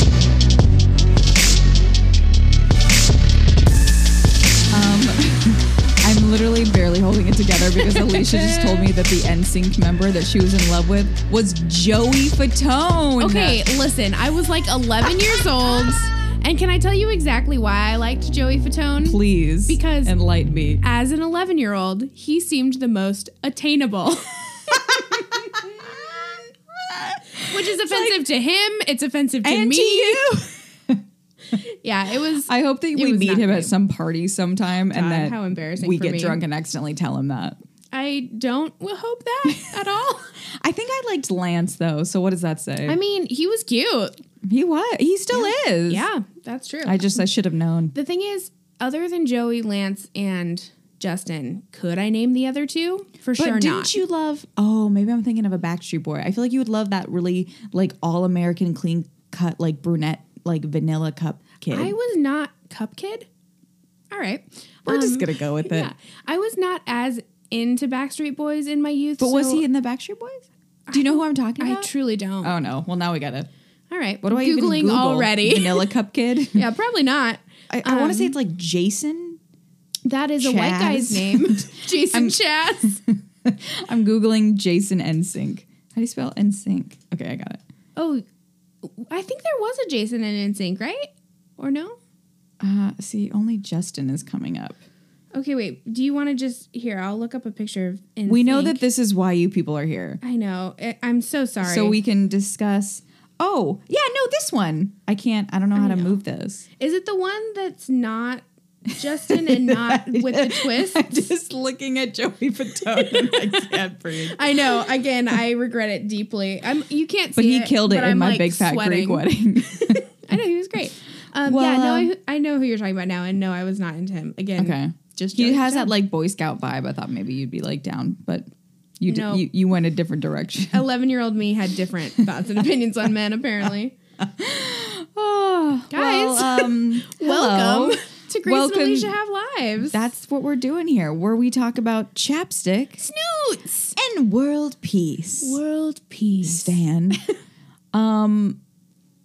Um, her because Alicia just told me that the NSYNC member that she was in love with was Joey Fatone. Okay, listen, I was like 11 years old, and can I tell you exactly why I liked Joey Fatone? Please. Because- Enlighten me. As an 11 year old, he seemed the most attainable. Which is offensive to him. It's offensive to And me. to you. Yeah, it was. I hope that we was meet not him great. at some party sometime and God, that how embarrassing we for get me. drunk and accidentally tell him that. I don't w- hope that at all. I think I liked Lance though. So what does that say? I mean, he was cute. he was. He still is. Yeah, that's true. I just I should have known. the thing is, other than Joey, Lance, and Justin, could I name the other two? For But sure didn't not. you love? Oh, maybe I'm thinking of a Backstreet Boy. I feel like you would love that really like all American clean cut like brunette like vanilla cup kid. I was not Cup Kid. All right. We're Um, just gonna go with it. Yeah, I was not as into Backstreet Boys in my youth. But was so he in the Backstreet Boys? Do you know who I'm talking I about? truly don't. oh no. Well now we gotta. All right. What do I googling even Google? already? Vanilla cup kid. yeah, um, probably not. I, I want to say it's like Jason. That is a white guy's Chaz. name, Jason Chaz. I'm googling Jason NSYNC. How do you spell NSYNC? Okay, I got it. Oh, I think there was a Jason in NSYNC, right? Or no? Uh, see, only Justin is coming up. Okay, wait. Do you want to just here? I'll look up a picture of. NSYNC. We know that this is why you people are here, I know. I- I'm so sorry. so we can discuss. Oh, yeah, no, this one. I can't. I don't know how to move this. is it the one that's not Justin and not with the twist? I'm just looking at Joey Fatone. and I can't breathe. I know. Again, I regret it deeply. I'm. You can't see. But he killed it but in I'm, my like, big fat Greek sweating. wedding. I know he was great. Um, yeah. Well, No, um, I, I know who you're talking about now, and no, I was not into him. Again. okay, Just he Joey has Fatone. that like Boy Scout vibe. I thought maybe you'd be like down, but you d- No. you, you went a different direction. 11 year old me had different thoughts and opinions on men, apparently. Oh, Guys. well, um, hello. Welcome to Grace Welcome. and Alicia Have Lives. That's what we're doing here, where we talk about chapstick Snoots. and world peace. World peace. Stan. um,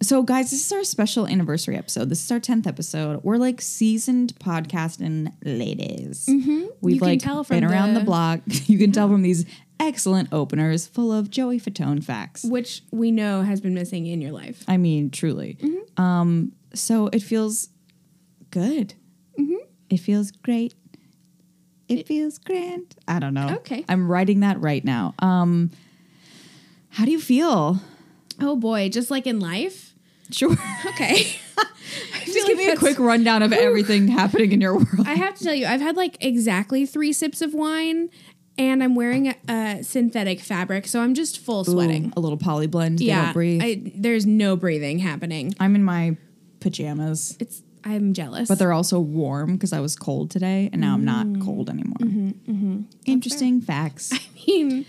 so guys, this is our special anniversary episode. This is our tenth episode. We're like seasoned podcasting ladies. We've Mm-hmm. You can like tell from been around the, the- block. You can tell from these excellent openers full of Joey Fatone facts. Which we know has been missing in your life. I mean, truly. Mm-hmm. Um, so it feels good. Mm-hmm. It feels great. It, feels grand. I don't know. Okay. I'm writing that right now. Um, how do you feel? Oh boy, just like in life. Sure. Okay. Just give me a quick rundown of everything happening in your world. I have to tell you, I've had like exactly three sips of wine and I'm wearing a, a synthetic fabric, so I'm just full sweating. A little poly blend. They yeah. don't breathe. I, I, there's no breathing happening. am in my pajamas, It's I'm jealous. but they're also warm because I was cold today, and now I'm Mm-hmm. not cold anymore. Interesting facts. I mean,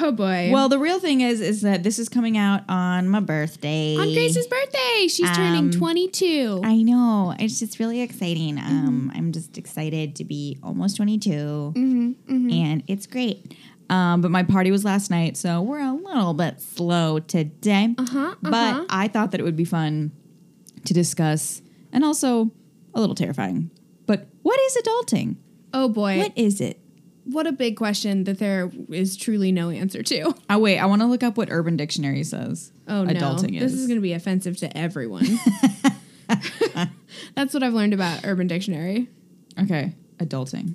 oh boy. Well, the real thing is, is that this is coming out on my birthday. on Grace's birthday. She's turning 22. um, I know. It's just really exciting. Mm-hmm. Um, I'm just excited to be almost 22, mm-hmm. and it's great. Um, but my party was last night, so we're a little bit slow today. Uh-huh, uh-huh. But I thought that it would be fun to discuss, and also a little terrifying. But what is adulting? oh boy. What What, is it? a big question that there is truly no answer to. Oh wait, I want to look up what Urban Dictionary says. Oh no. adulting This is going to be offensive to everyone. That's what I've learned about Urban Dictionary. Okay, adulting.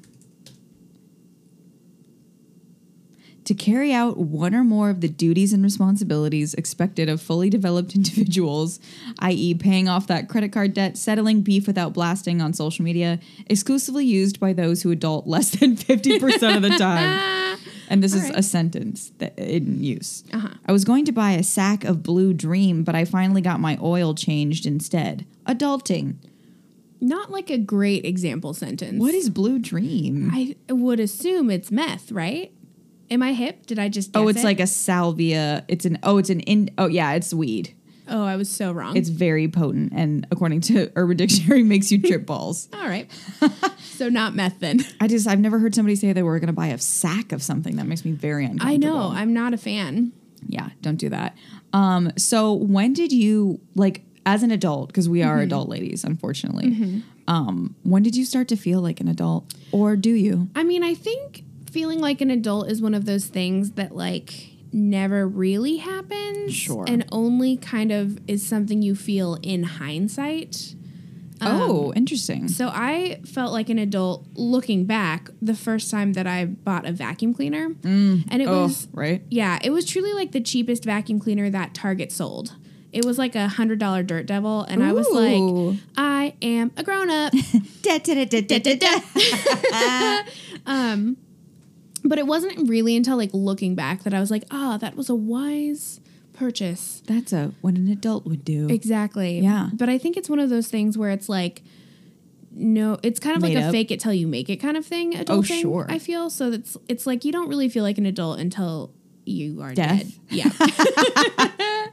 To carry out one or more of the duties and responsibilities expected of fully developed individuals, i.e., paying off that credit card debt, settling beef without blasting on social media, exclusively used by those who adult less than 50% of the time. And this is right. a sentence that in use. Uh-huh. I was going to buy a sack of Blue Dream, but I finally got my oil changed instead. Adulting. Not like a great example sentence. What is Blue Dream? I would assume it's meth, right? Am I hip? Did I just guess Oh, it's it? like a salvia. It's an oh, it's an in. Oh yeah, it's weed. Oh, I was so wrong. It's very potent, and according to Urban Dictionary, makes you trip balls. All right. so not meth then. I just I've never heard somebody say they were going to buy a sack of something. That makes me very uncomfortable. I know. I'm not a fan. Yeah, don't do that. Um, so when did you like as an adult? Because we Mm-hmm. are adult ladies, unfortunately. Um, when did you start to feel like an adult, or do you? I mean, I think feeling like an adult is one of those things that like never really happens Sure. and only kind of is something you feel in hindsight. Um, oh, interesting. So I felt like an adult looking back the first time that I bought a vacuum cleaner. And it Oh, was right. yeah, it was truly like the cheapest vacuum cleaner that Target sold. It was like a hundred dollar Dirt Devil, and I was Ooh. like, I am a grown up. but it wasn't really until like looking back that I was like, ah, that was a wise purchase. That's a what an adult would do. Exactly. Yeah. But I think it's one of those things where it's like, no, it's kind of Made like a up. fake it till you make it kind of thing. Adult Oh, thing, sure. I feel so. That's it's like you don't really feel like an adult until you are dead. Death. Yeah.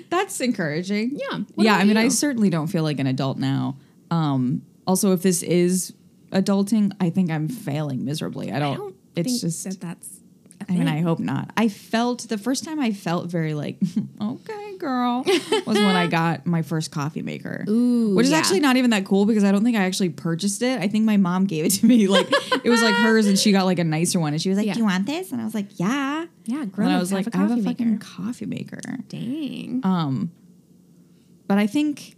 That's encouraging. Yeah. What Yeah, I about mean, I you? certainly don't feel like an adult now. Um, also, if this is adulting, I think I'm failing miserably. I don't. I don't it's think just. that that's. a I mean, thing. I hope not. I felt the first time I felt very like, okay, girl, was when I got my first coffee maker. Ooh, which is yeah. actually not even that cool because I don't think I actually purchased it. I think my mom gave it to me. Like it was like hers, and she got like a nicer one, and she was like, Yeah. "Do you want this?" And I was like, "Yeah." Yeah, And grown I ups was have like, a "I have coffee a maker. fucking coffee maker." Dang. Um, but I think,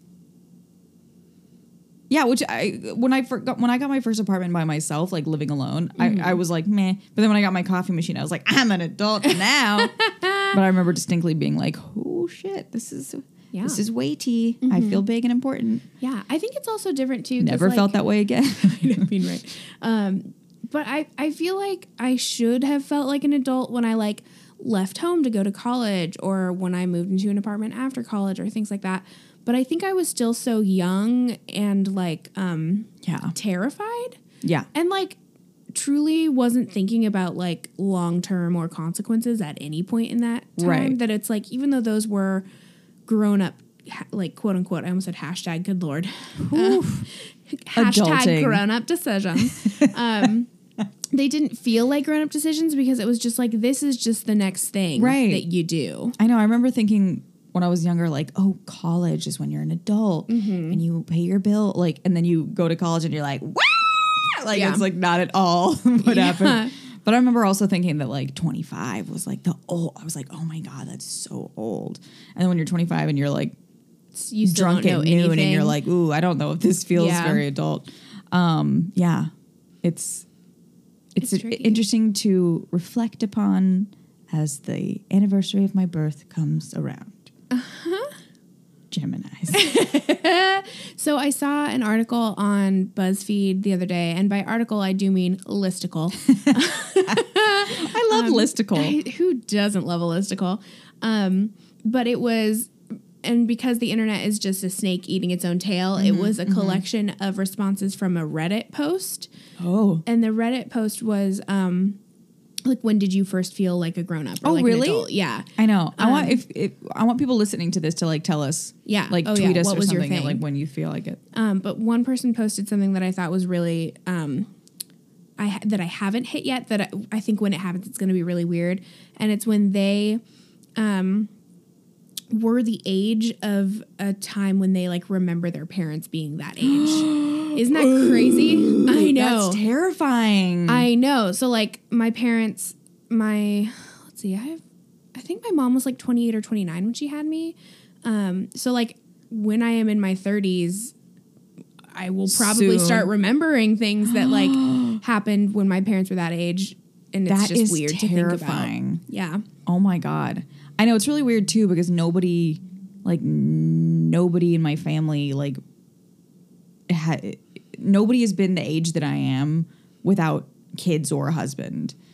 yeah. Which I when I forgot when I got my first apartment by myself, like living alone, I, I Mm-hmm. was like meh. But then when I got my coffee machine, I was like I'm an adult now. but I remember distinctly being like, oh shit, this is Yeah. this is weighty. I feel big and important. yeah, I think it's also different too. 'cause, Never like, felt that way again. I mean, right. Um, but I, I feel like I should have felt like an adult when I like left home to go to college or when I moved into an apartment after college or things like that. But I think I was still so young and like um, yeah, terrified yeah. and like truly wasn't thinking about like long term or consequences at any point in that time. Right. That it's like even though those were grown up, ha- like quote unquote, I almost said hashtag. Good lord, Uh, Adulting. hashtag grown up decisions. um, they didn't feel like grown up decisions because it was just like this is just the next thing Right. that you do. I know. I remember thinking when I was younger, like, oh, college is when you're an adult Mm-hmm. and you pay your bill, like, and then you go to college and you're like, Wah! like Yeah. it's like not at all what Yeah. happened. But I remember also thinking that like 25 was like the old. I was like, oh my god, that's so old. And then when you're 25 and you're like It's- You still drunk don't know at noon anything. and you're like, ooh, I don't know if this feels Yeah. very adult. Um, yeah, it's it's, It's i- tricky. interesting to reflect upon as the anniversary of my birth comes around. Uh-huh. Gemini's. So I saw an article on BuzzFeed the other day, and by article I do mean listicle. I love listicle. Um, I- who doesn't love a listicle? Um, but it was, and because the internet is just a snake eating its own tail, it Mm-hmm, was a collection of responses from a Reddit post. oh, And the Reddit post was, um, like, when did you first feel like a grown up? Oh, like an really? adult? Yeah. I know. I want if, if I want people listening to this to like tell us. Um, Yeah. Like Oh, tweet yeah. us What or was your something at, thing? like when you feel like it. Um, but one person posted something that I thought was really um, I ha- that I haven't hit yet. That I, I think when it happens, it's going to be really weird. And it's when they um, were the age of a time when they like remember their parents being that age. Isn't that crazy? I know. That's terrifying. I know. So like my parents, my let's see, I have I think my mom was like 28 or 29 when she had me. Um so like when I am in my 30s I will probably Soon. start remembering things that like happened when my parents were that age and it's That just is weird terrifying. to think about. Oh my god. I know it's really weird too because nobody like n- nobody in my family like ha- nobody has been the age that I am without kids or a husband. Yeah.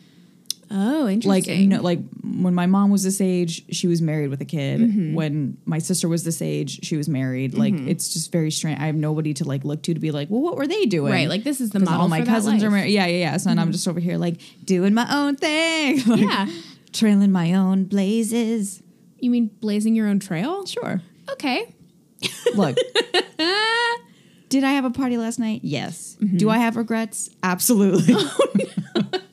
Oh, Like interesting. no, like when my mom was this age, she was married with a kid. Mm-hmm. When my sister was this age, she was married. Like it's just very strange. I have nobody to like look to to be like, "Well, what were they doing?" right, like this is the 'Cause model all my for that cousins are life. Mm-hmm. married. Yeah, yeah, yeah. So and I'm just over here like doing my own thing. Like, Yeah. Trailing my own blazes. You mean blazing your own trail? Sure. Okay. Look. Did I have a party last night? Yes. Do I have regrets? Absolutely.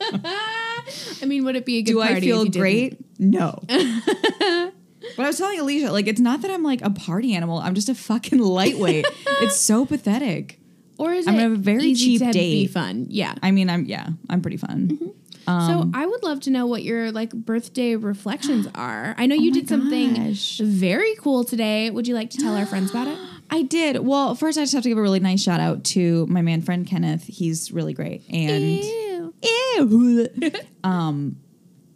I mean, would it be a good Do party I if feel you didn't? great? No. but I was telling Alicia, like, it's not that I'm like a party animal. I'm just a fucking lightweight. it's so pathetic. Or is I'm it a very easy cheap to have- be date. fun? Yeah. I mean, I'm yeah, I'm pretty fun. so I would love to know what your like birthday reflections are. I know you Oh my did something gosh. very cool today. Would you like to tell our friends about it? I did. Well, first I just have to give a really nice shout out to my man friend Kenneth. He's really great. And Ew. Ew. um,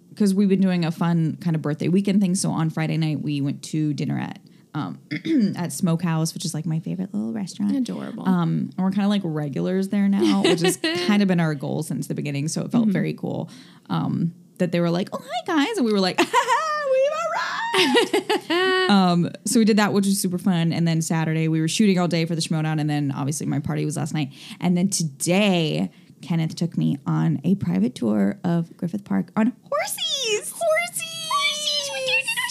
because we've been doing a fun kind of birthday weekend thing. So on Friday night, we went to dinner at um, at Smokehouse, which is like my favorite little restaurant. Adorable. Um, and we're kind of like regulars there now, which has kind of been our goal since the beginning. So it felt very cool um, that they were like, "Oh, hi guys," and we were like, "We've arrived!" um, so we did that, which was super fun. And then Saturday we were shooting all day for the Schmodown, and then obviously my party was last night. And then today, Kenneth took me on a private tour of Griffith Park on horses. Horses. Horses. We gave it a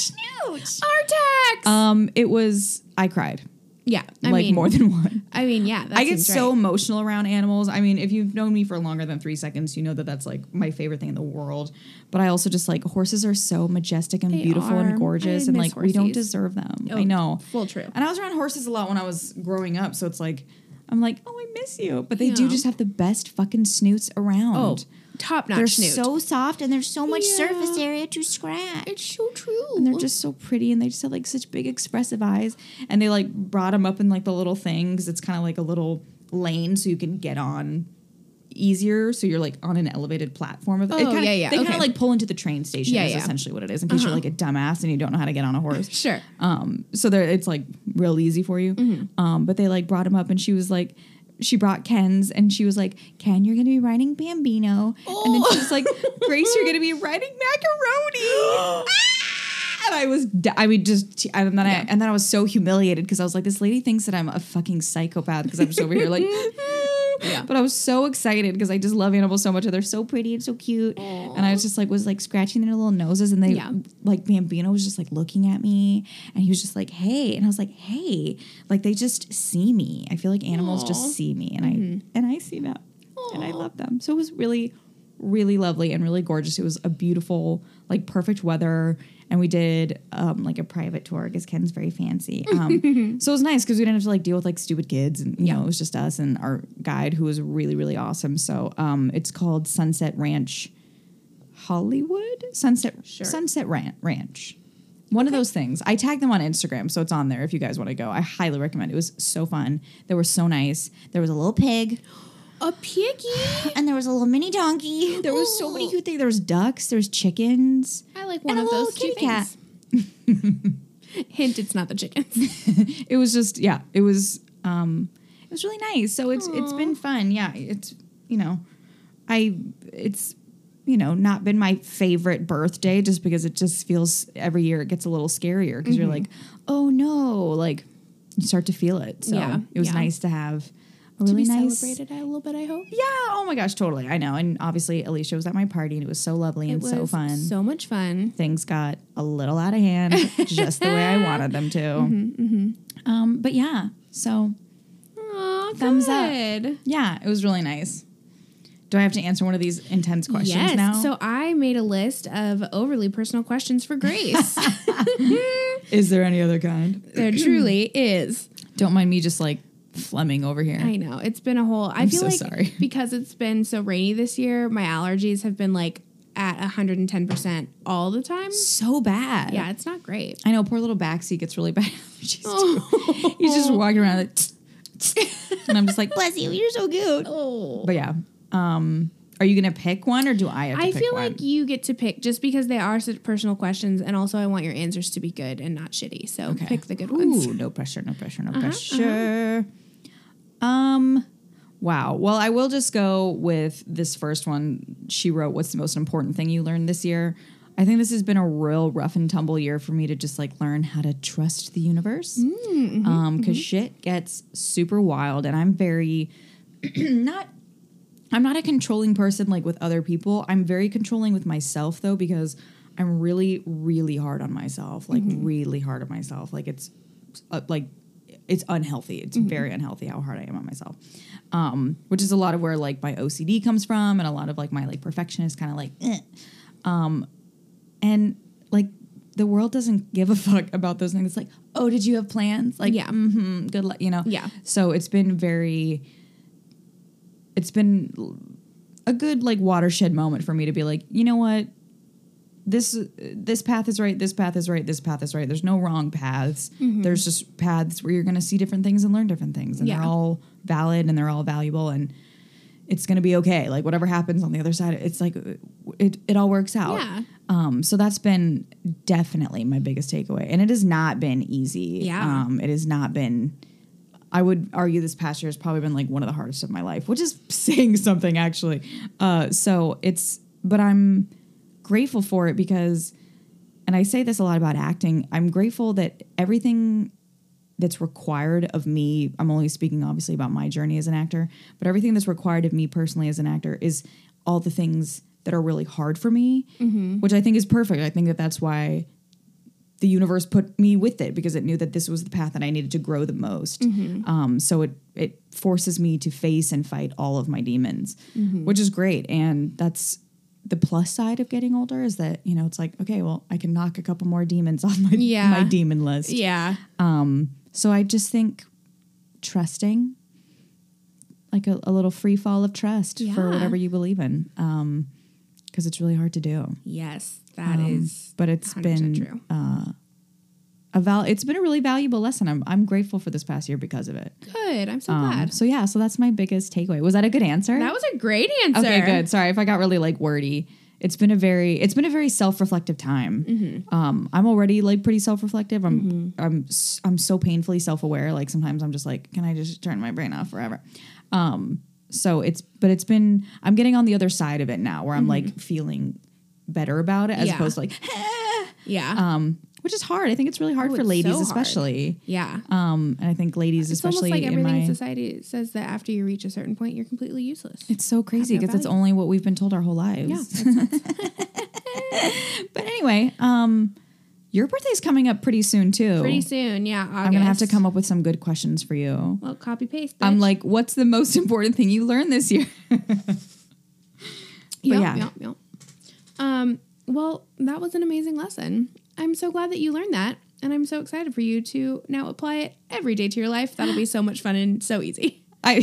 schnooch. Artax. Um, it was. I cried yeah, I like mean, more than one. I mean, yeah, that I get seems so right. emotional around animals. I mean, if you've known me for longer than three seconds, you know that that's like my favorite thing in the world. But I also just like horses are so majestic and They beautiful are. and gorgeous, I and miss like we don't horsies. deserve them. Oh, I know, full true. And I was around horses a lot when I was growing up, so it's like I'm like, oh, I miss you. But they do Yeah. just have the best fucking snoots around. Oh, top notch. they're snoot. so soft and there's so much Yeah. surface area to scratch. It's so true. And they're just so pretty and they just have like such big expressive eyes and they like brought them up in like the little thing because it's kind of like a little lane so you can get on easier so you're like on an elevated platform of it Oh, kinda, yeah, yeah, they kind okay. of like pull into the train station Yeah, is yeah. essentially what it is in case you're like a dumbass and you don't know how to get on a horse Sure. um so there it's like real easy for you Mm-hmm. um but they like brought him up and she was like she brought Ken's and she was like, Ken, you're gonna be riding Bambino. And then she was like, Oh. Grace, you're gonna be riding macaroni. Ah! and I was, d- I mean, just, and then I, and then I was so humiliated because I was like, this lady thinks that I'm a fucking psychopath because I'm just over here like, Yeah. but I was so excited because I just love animals so much. and They're so pretty and so cute. And I was just like, was like scratching their little noses, and they Yeah. like Bambino was just like looking at me, and he was just like, hey, and I was like, hey, like they just see me. I feel like animals Aw. just see me, and I and I see them, and I love them. So it was really, really lovely and really gorgeous. It was a beautiful, like perfect weather. And we did um, like a private tour because Ken's very fancy. Um, so it was nice because we didn't have to like deal with like stupid kids. And, you know, it was just us and our guide who was really, really awesome. So um, it's called Sunset Ranch Hollywood? Sunset Sunset Ran- Ranch. One of those things. I tagged them on Instagram, so it's on there if you guys want to go. I highly recommend. It was so fun. They were so nice. There was a little pig, a piggy. and there was a little mini donkey. There was so many cute things. There was ducks. There was chickens. I like one And a of little those two kitty cat. things. Hint: It's not the chickens. It was just yeah. It was um, it was really nice. So it's it's been fun. Yeah, it's you know, I it's you know not been my favorite birthday just because it just feels every year it gets a little scarier because Mm-hmm. you're like oh no like you start to feel it. So Yeah, it was yeah. nice to have a to really be nice. celebrated a little bit. I hope. Yeah. Oh my gosh. Totally. I know. And obviously, Alicia was at my party, and it was so lovely and it was so fun. So much fun. things got a little out of hand, just the way I wanted them to. Mm-hmm, Um, but yeah. So Aw, Thumbs up. good. Yeah, it was really nice. Do I have to answer one of these intense questions Yes. now? So I made a list of overly personal questions for Grace. is there any other kind? there truly is. Don't mind me just like flemming over here. I know it's been a whole. I I'm feel so like sorry. because it's been so rainy this year, my allergies have been like at 110 percent all the time. so bad. Yeah, it's not great. I know. Poor little Baxi gets really bad allergies Oh. too. He's just walking around like, tsk, tsk, and I'm just like, bless you, you're so cute. Oh. But yeah. Um, are you gonna pick one or do I have to I pick feel one? like you get to pick just because they are such personal questions, and also I want your answers to be good and not shitty. So pick the good ones. Ooh, no pressure, no pressure, no pressure. Um, wow. Well, I will just go with this first one. She wrote, "What's the most important thing you learned this year?" I think this has been a real rough and tumble year for me to just like learn how to trust the universe. um, because shit gets super wild, and I'm very not I'm not a controlling person like with other people. I'm very controlling with myself though because I'm really really hard on myself. Like really hard on myself. Like it's uh, like it's unhealthy. It's very unhealthy how hard I am on myself. Um which is a lot of where like my OCD comes from and a lot of like my like perfectionist kind of like eh. Um, and like the world doesn't give a fuck about those things. It's like, "Oh, did you have plans?" Like, Yeah. mhm, good luck, you know. Yeah. So it's been very it's been a good like watershed moment for me to be like, you know what? This this path is right. This path is right. This path is right. There's no wrong paths. Mm-hmm. There's just paths where you're going to see different things and learn different things, and Yeah. they're all valid and they're all valuable, and it's going to be okay. Like whatever happens on the other side, it's like it it all works out. Yeah. Um, so that's been definitely my biggest takeaway, and it has not been easy. Yeah. Um, it has not been. I would argue this past year has probably been like one of the hardest of my life, which is saying something actually. Uh, so it's, but I'm grateful for it because, and I say this a lot about acting. I'm grateful that everything that's required of me. I'm only speaking obviously about my journey as an actor, but everything that's required of me personally as an actor is all the things that are really hard for me, which I think is perfect. I think that that's why the universe put me with it because it knew that this was the path that I needed to grow the most. Um, so it it forces me to face and fight all of my demons, which is great. And that's the plus side of getting older is that you know it's like okay, well I can knock a couple more demons off my Yeah. my demon list. Yeah. Um, so I just think trusting, like a, a little free fall of trust for Yeah. whatever you believe in, because it's really hard to do. Um, Yes, that is. But it's 100% been uh, true. a val- It's been a really valuable lesson. I'm I'm grateful for this past year because of it. Good. I'm so Um, glad. so yeah, so that's my biggest takeaway. Was that a good answer? That was a great answer. okay, good. Sorry if I got really like wordy. It's been a very it's been a very self reflective time. Mm-hmm. Um, I'm already like pretty self reflective. I'm I'm s- I'm so painfully self aware. Like sometimes I'm just like, can I just turn my brain off forever? Um, so it's but it's been I'm getting on the other side of it now, where I'm like feeling better about it as Mm-hmm. Yeah. opposed to like, Yeah. um, which is hard. I think it's really hard Oh, for it's ladies so hard. especially. yeah. Um, and I think ladies It's especially almost like in everything my in society says that after you reach a certain point, you're completely useless. It's so crazy no because that's value. only what we've been told our whole lives. Yeah, but anyway, um, your birthday's coming up pretty soon too. Pretty soon, yeah. August. I'm gonna have to come up with some good questions for you. Well, copy paste. I'm bitch. like, what's the most important thing you learned this year? Yep, yeah. yep, yep. Um, well, that was an amazing lesson. I'm so glad that you learned that. And I'm so excited for you to now apply it every day to your life. That'll be so much fun and so easy. I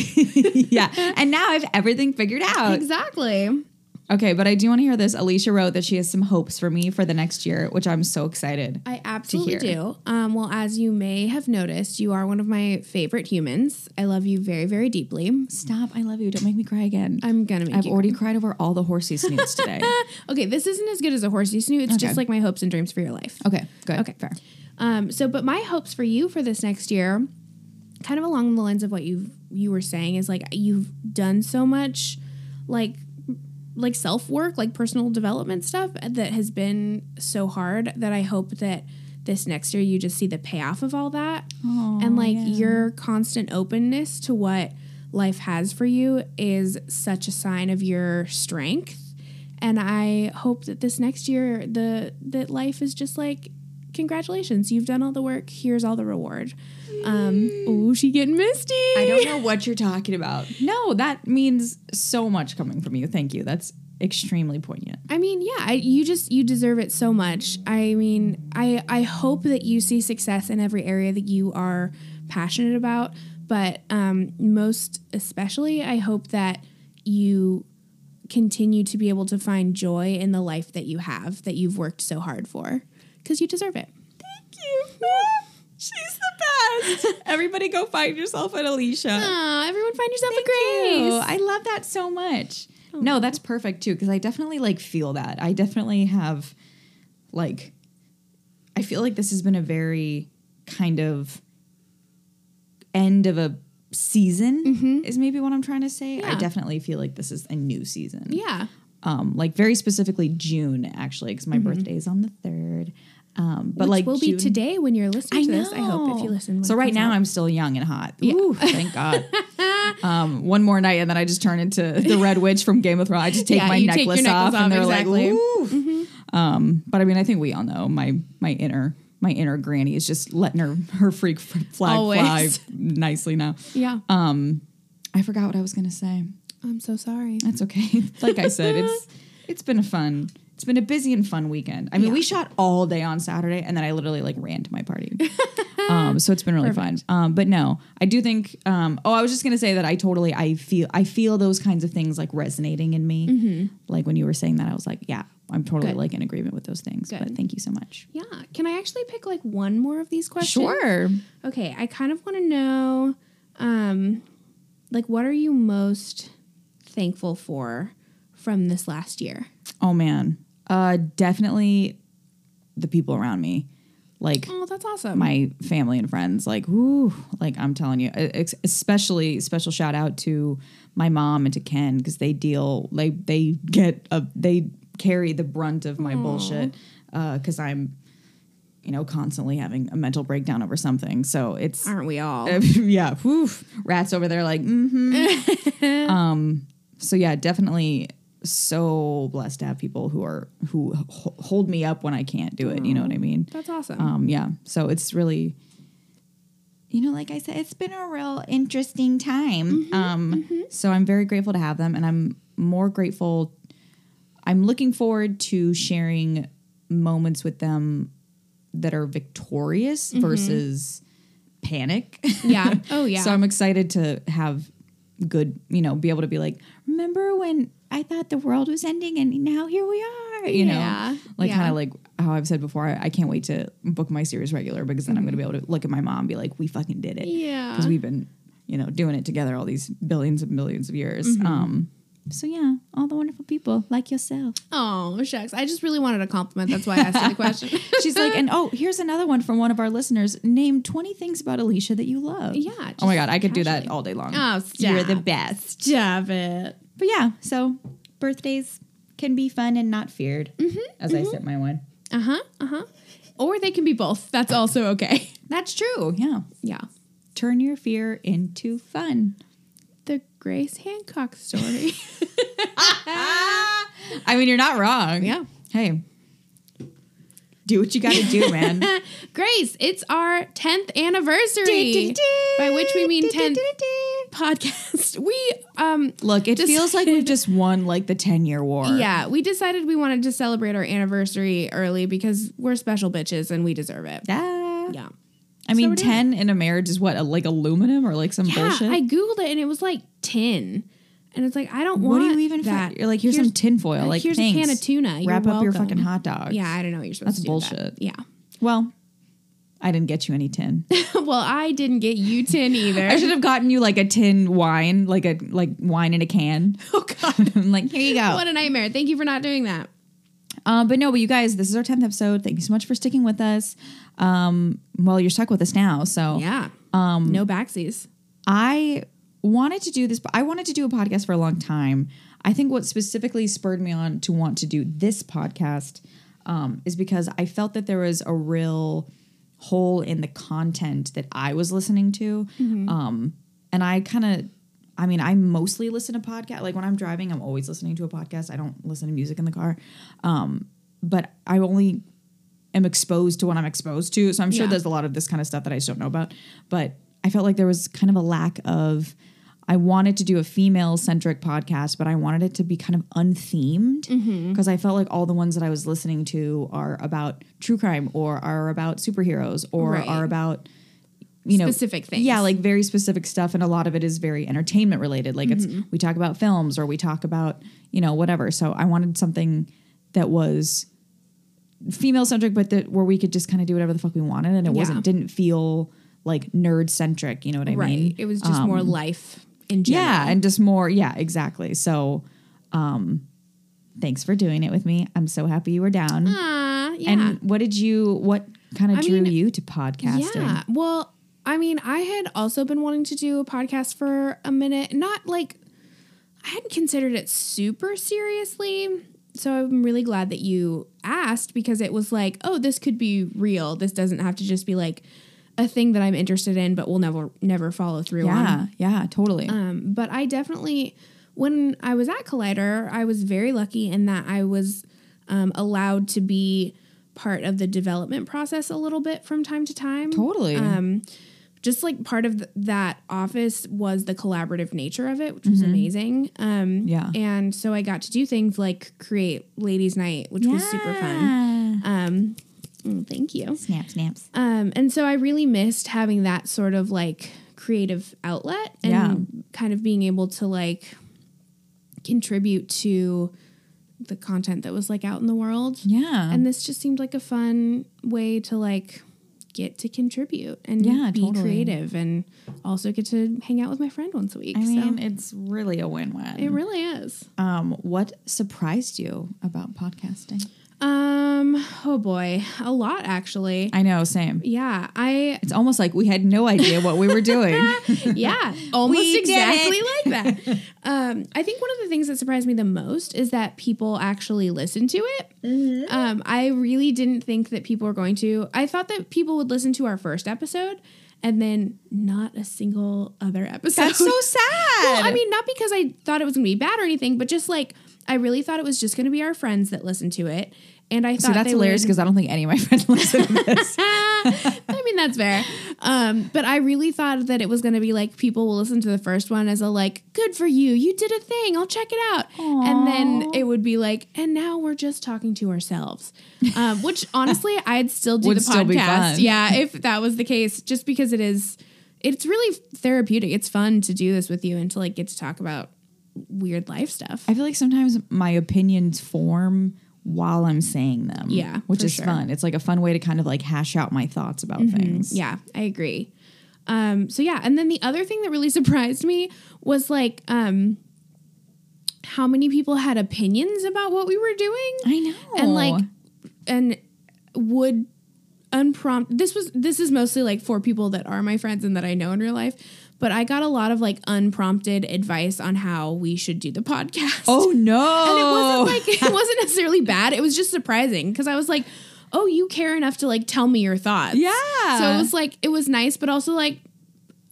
yeah. And now I've everything figured out. Exactly. Okay, but I do want to hear this. Alicia wrote that she has some hopes for me for the next year, which I'm so excited. I absolutely hear. do. Um, well, as you may have noticed, you are one of my favorite humans. I love you very, very deeply. Stop, I love you. Don't make me cry again. i I'm gonna make have you. already cried over all the horsey snoots today. okay, this isn't as good as a horsey snoot. It's just like my hopes and dreams for your life. okay, good. Okay. fair. Um, so, but my hopes for you for this next year, kind of along the lines of what you you were saying, is like you've done so much, like like self work, like personal development stuff that has been so hard that I hope that this next year you just see the payoff of all that and like your constant openness to what life has for you is such a sign of your strength and i hope that this next year the that life is just like congratulations you've done all the work here's all the reward um oh she getting misty I don't know what you're talking about. No, that means so much coming from you. Thank you. That's extremely poignant. I mean, yeah, I, you just you deserve it so much. I mean, I I hope that you see success in every area that you are passionate about, but um, most especially, I hope that you continue to be able to find joy in the life that you have that you've worked so hard for because you deserve it. Thank you. She's the best. Everybody go find yourself at Alicia. Aw, everyone, find yourself a grace. Oh. Oh, I love that so much. No, that's perfect too cuz I definitely like feel that. I definitely have like I feel like this has been a very kind of end of a season is maybe what I'm trying to say. I Mm-hmm. Yeah. definitely feel like this is a new season. yeah, um, like very specifically June actually, because my birthday is on the third. Um, but Mm-hmm. Which like will June, be today when you're listening I to know. this. I hope if you listen. when So it right comes now out. I'm still young and hot. Ooh, thank God. um, one more night and then I just turn into the Red Witch from Game of Thrones. I just take Yeah, my you take necklace, your necklace off, off, and they're exactly. Mm-hmm. like, ooh. Um, but I mean, I think we all know my my inner my inner granny is just letting her her freak f- flag fly Always. nicely now. yeah, Um, I forgot what I was gonna say. I'm so sorry. That's okay. like I said, it's it's been a fun. It's been a busy and fun weekend. I mean, we shot all day on Saturday, and then I literally like ran to my party. Um, so it's been really fun. Um, but no, I do think. Um, oh, I was just gonna say that I totally. I feel. I feel those kinds of things like resonating in me. Like when you were saying that, I was like, yeah, I'm totally Mm-hmm. Good. like in agreement with those things. But Good. thank you so much. Yeah. Can I actually pick like one more of these questions? Sure. Okay. I kind of want to know, um, like, what are you most thankful for from this last year? Oh man. Uh, definitely the people around me. Like Oh, that's awesome. my family and friends. Like, ooh, like I'm telling you, e-, ex- especially special shout out to my mom and to Ken because they deal, they they get a, they carry the brunt of my bullshit because I'm, you know, constantly having a mental breakdown over something. So it's Aren't we all? yeah, whew, rats over there like, mm-hmm. um, so yeah, definitely so blessed to have people who are who ho- hold me up when I can't do it. You know what I mean? That's awesome. um yeah so it's really you know like i said it's been a real interesting time um so i'm very grateful to have them and i'm more grateful i'm looking forward to sharing moments with them that are victorious versus panic yeah. Oh, yeah. so I'm excited to have good, you know, be able to be like, remember when I thought the world was ending and now here we are, you Yeah, know, like yeah. kind of like how I've said before, I, I can't wait to book my series regular because then I'm going to be able to look at my mom and be like, we fucking did it. Yeah. Because we've been, you know, doing it together all these billions and millions of years. Mm-hmm. Um, so yeah, all the wonderful people like yourself. oh, shucks. I just really wanted a compliment. That's why I asked you the question. She's like, and oh, here's another one from one of our listeners. Name 20 things about Alicia that you love. Yeah, Oh my just God, I could do that casually. all day long. Oh, You're the stop. best. Stop it. But yeah, so birthdays can be fun and not feared, as I sip my wine. Uh huh. Uh huh. Or they can be both. That's also okay. That's true. Yeah. Yeah. Turn your fear into fun. The Grace Hancock story. Ah. I mean, you're not wrong. Yeah. Hey, do what you got to do, man. Grace, it's our 10th anniversary. By which we mean 10th podcast. We um Look, it feels like we've just won like the 10 year war. yeah, we decided we wanted to celebrate our anniversary early because we're special bitches and we deserve it. Ah. Yeah. I mean, we're doing 10 in a marriage is what, like aluminum or like some bullshit? I googled it and it was like 10. And it's like I don't what want do you even that. fi- You're like, here's, some tinfoil. Like, here's thanks. a can of tuna. You're Wrap up your welcome. fucking hot dog. Yeah, I don't know what you're supposed That's to do. with that. bullshit. Well, I didn't get you any tin. Yeah. well, I didn't get you 10 either. I should have gotten you like a tin wine, like a like wine in a can. oh god. I'm like, here you go. What a nightmare. Thank you for not doing that. Um, but no, but you guys, this is our tenth episode. Thank you so much for sticking with us. Um, well, you're stuck with us now, so Yeah. Um no backseas. I wanted to do this. I wanted to do a podcast for a long time. I think what specifically spurred me on to want to do this podcast um, is because I felt that there was a real hole in the content that I was listening to. Um, and I kind of, I mean, I mostly listen to podcast. Like when I'm driving, I'm always listening to a podcast. I don't listen to music in the car. Um, but I only am exposed to what I'm exposed to. So I'm sure Yeah. there's a lot of this kind of stuff that I just don't know about. But I felt like there was kind of a lack of. I wanted to do a female centric podcast, but I wanted it to be kind of unthemed because Mm-hmm. I felt like all the ones that I was listening to are about true crime or are about superheroes or Right. are about you know Specific things. Yeah, like very specific stuff, and a lot of it is very entertainment related. Like Mm-hmm. it's we talk about films or we talk about you know whatever. So I wanted something that was female centric, but that where we could just kind of do whatever the fuck we wanted, and it Yeah. wasn't didn't feel like nerd centric. You know what I Right. mean? um, it was just more life in general. yeah, and just more yeah, exactly. So, um, thanks for doing it with me. I'm so happy you were down. Ah, yeah. And what did you? What kind of I drew mean, you to podcasting? Yeah. Well, I mean, I had also been wanting to do a podcast for a minute. Not like I hadn't considered it super seriously. So I'm really glad that you asked because it was like, oh, this could be real. This doesn't have to just be like a thing that I'm interested in, but we'll never never follow through on. Yeah, yeah, totally. Um, but I definitely, when I was at Collider, I was very lucky in that I was um, allowed to be part of the development process a little bit from time to time. Totally. Um, just like part of th- that office was the collaborative nature of it, which was amazing. Um, Mm-hmm. Yeah. And so I got to do things like create Ladies Night, which was super fun. Um, Mm, thank you. Snap, snaps. Um, and so I really missed having that sort of like creative outlet and Yeah. kind of being able to like contribute to the content that was like out in the world. Yeah. And this just seemed like a fun way to like get to contribute and Yeah, be totally. creative and also get to hang out with my friend once a week. I mean, so it's really a win-win. it really is. um, what surprised you about podcasting? Um, oh boy, a lot actually. I know, same. yeah, I It's almost like we had no idea what we were doing. yeah, almost We did exactly like that. Um, I think one of the things that surprised me the most is that people actually listen to it. Mm-hmm. Um, I really didn't think that people were going to. I thought that people would listen to our first episode and then not a single other episode. That's so sad. Well, I mean, not because I thought it was going to be bad or anything, but just like I really thought it was just going to be our friends that listened to it. And I thought so that's they hilarious would- because I don't think any of my friends listen to this. I mean, that's fair. Um, but I really thought that it was going to be like people will listen to the first one as a like, good for you. You did a thing. I'll check it out. And then it would be like, and now we're just talking to ourselves, um, which honestly, I'd still do Would the podcast. still be fun. Yeah, if that was the case, just because it is, it's really therapeutic. It's fun to do this with you and to like get to talk about weird life stuff. I feel like sometimes my opinions form while I'm saying them. Yeah, Which for is sure. fun. It's like a fun way to kind of like hash out my thoughts about things. Yeah, I agree. Um, so yeah, and then the other thing that really surprised me was like um how many people had opinions about what we were doing I know. and like and would unprompted this was this is mostly like for people that are my friends and that I know in real life, but I got a lot of like unprompted advice on how we should do the podcast. Oh no. And it Oh. wasn't like it wasn't necessarily bad. It was just surprising because I was like, "Oh, you care enough to like tell me your thoughts." Yeah. So it was like it was nice, but also like,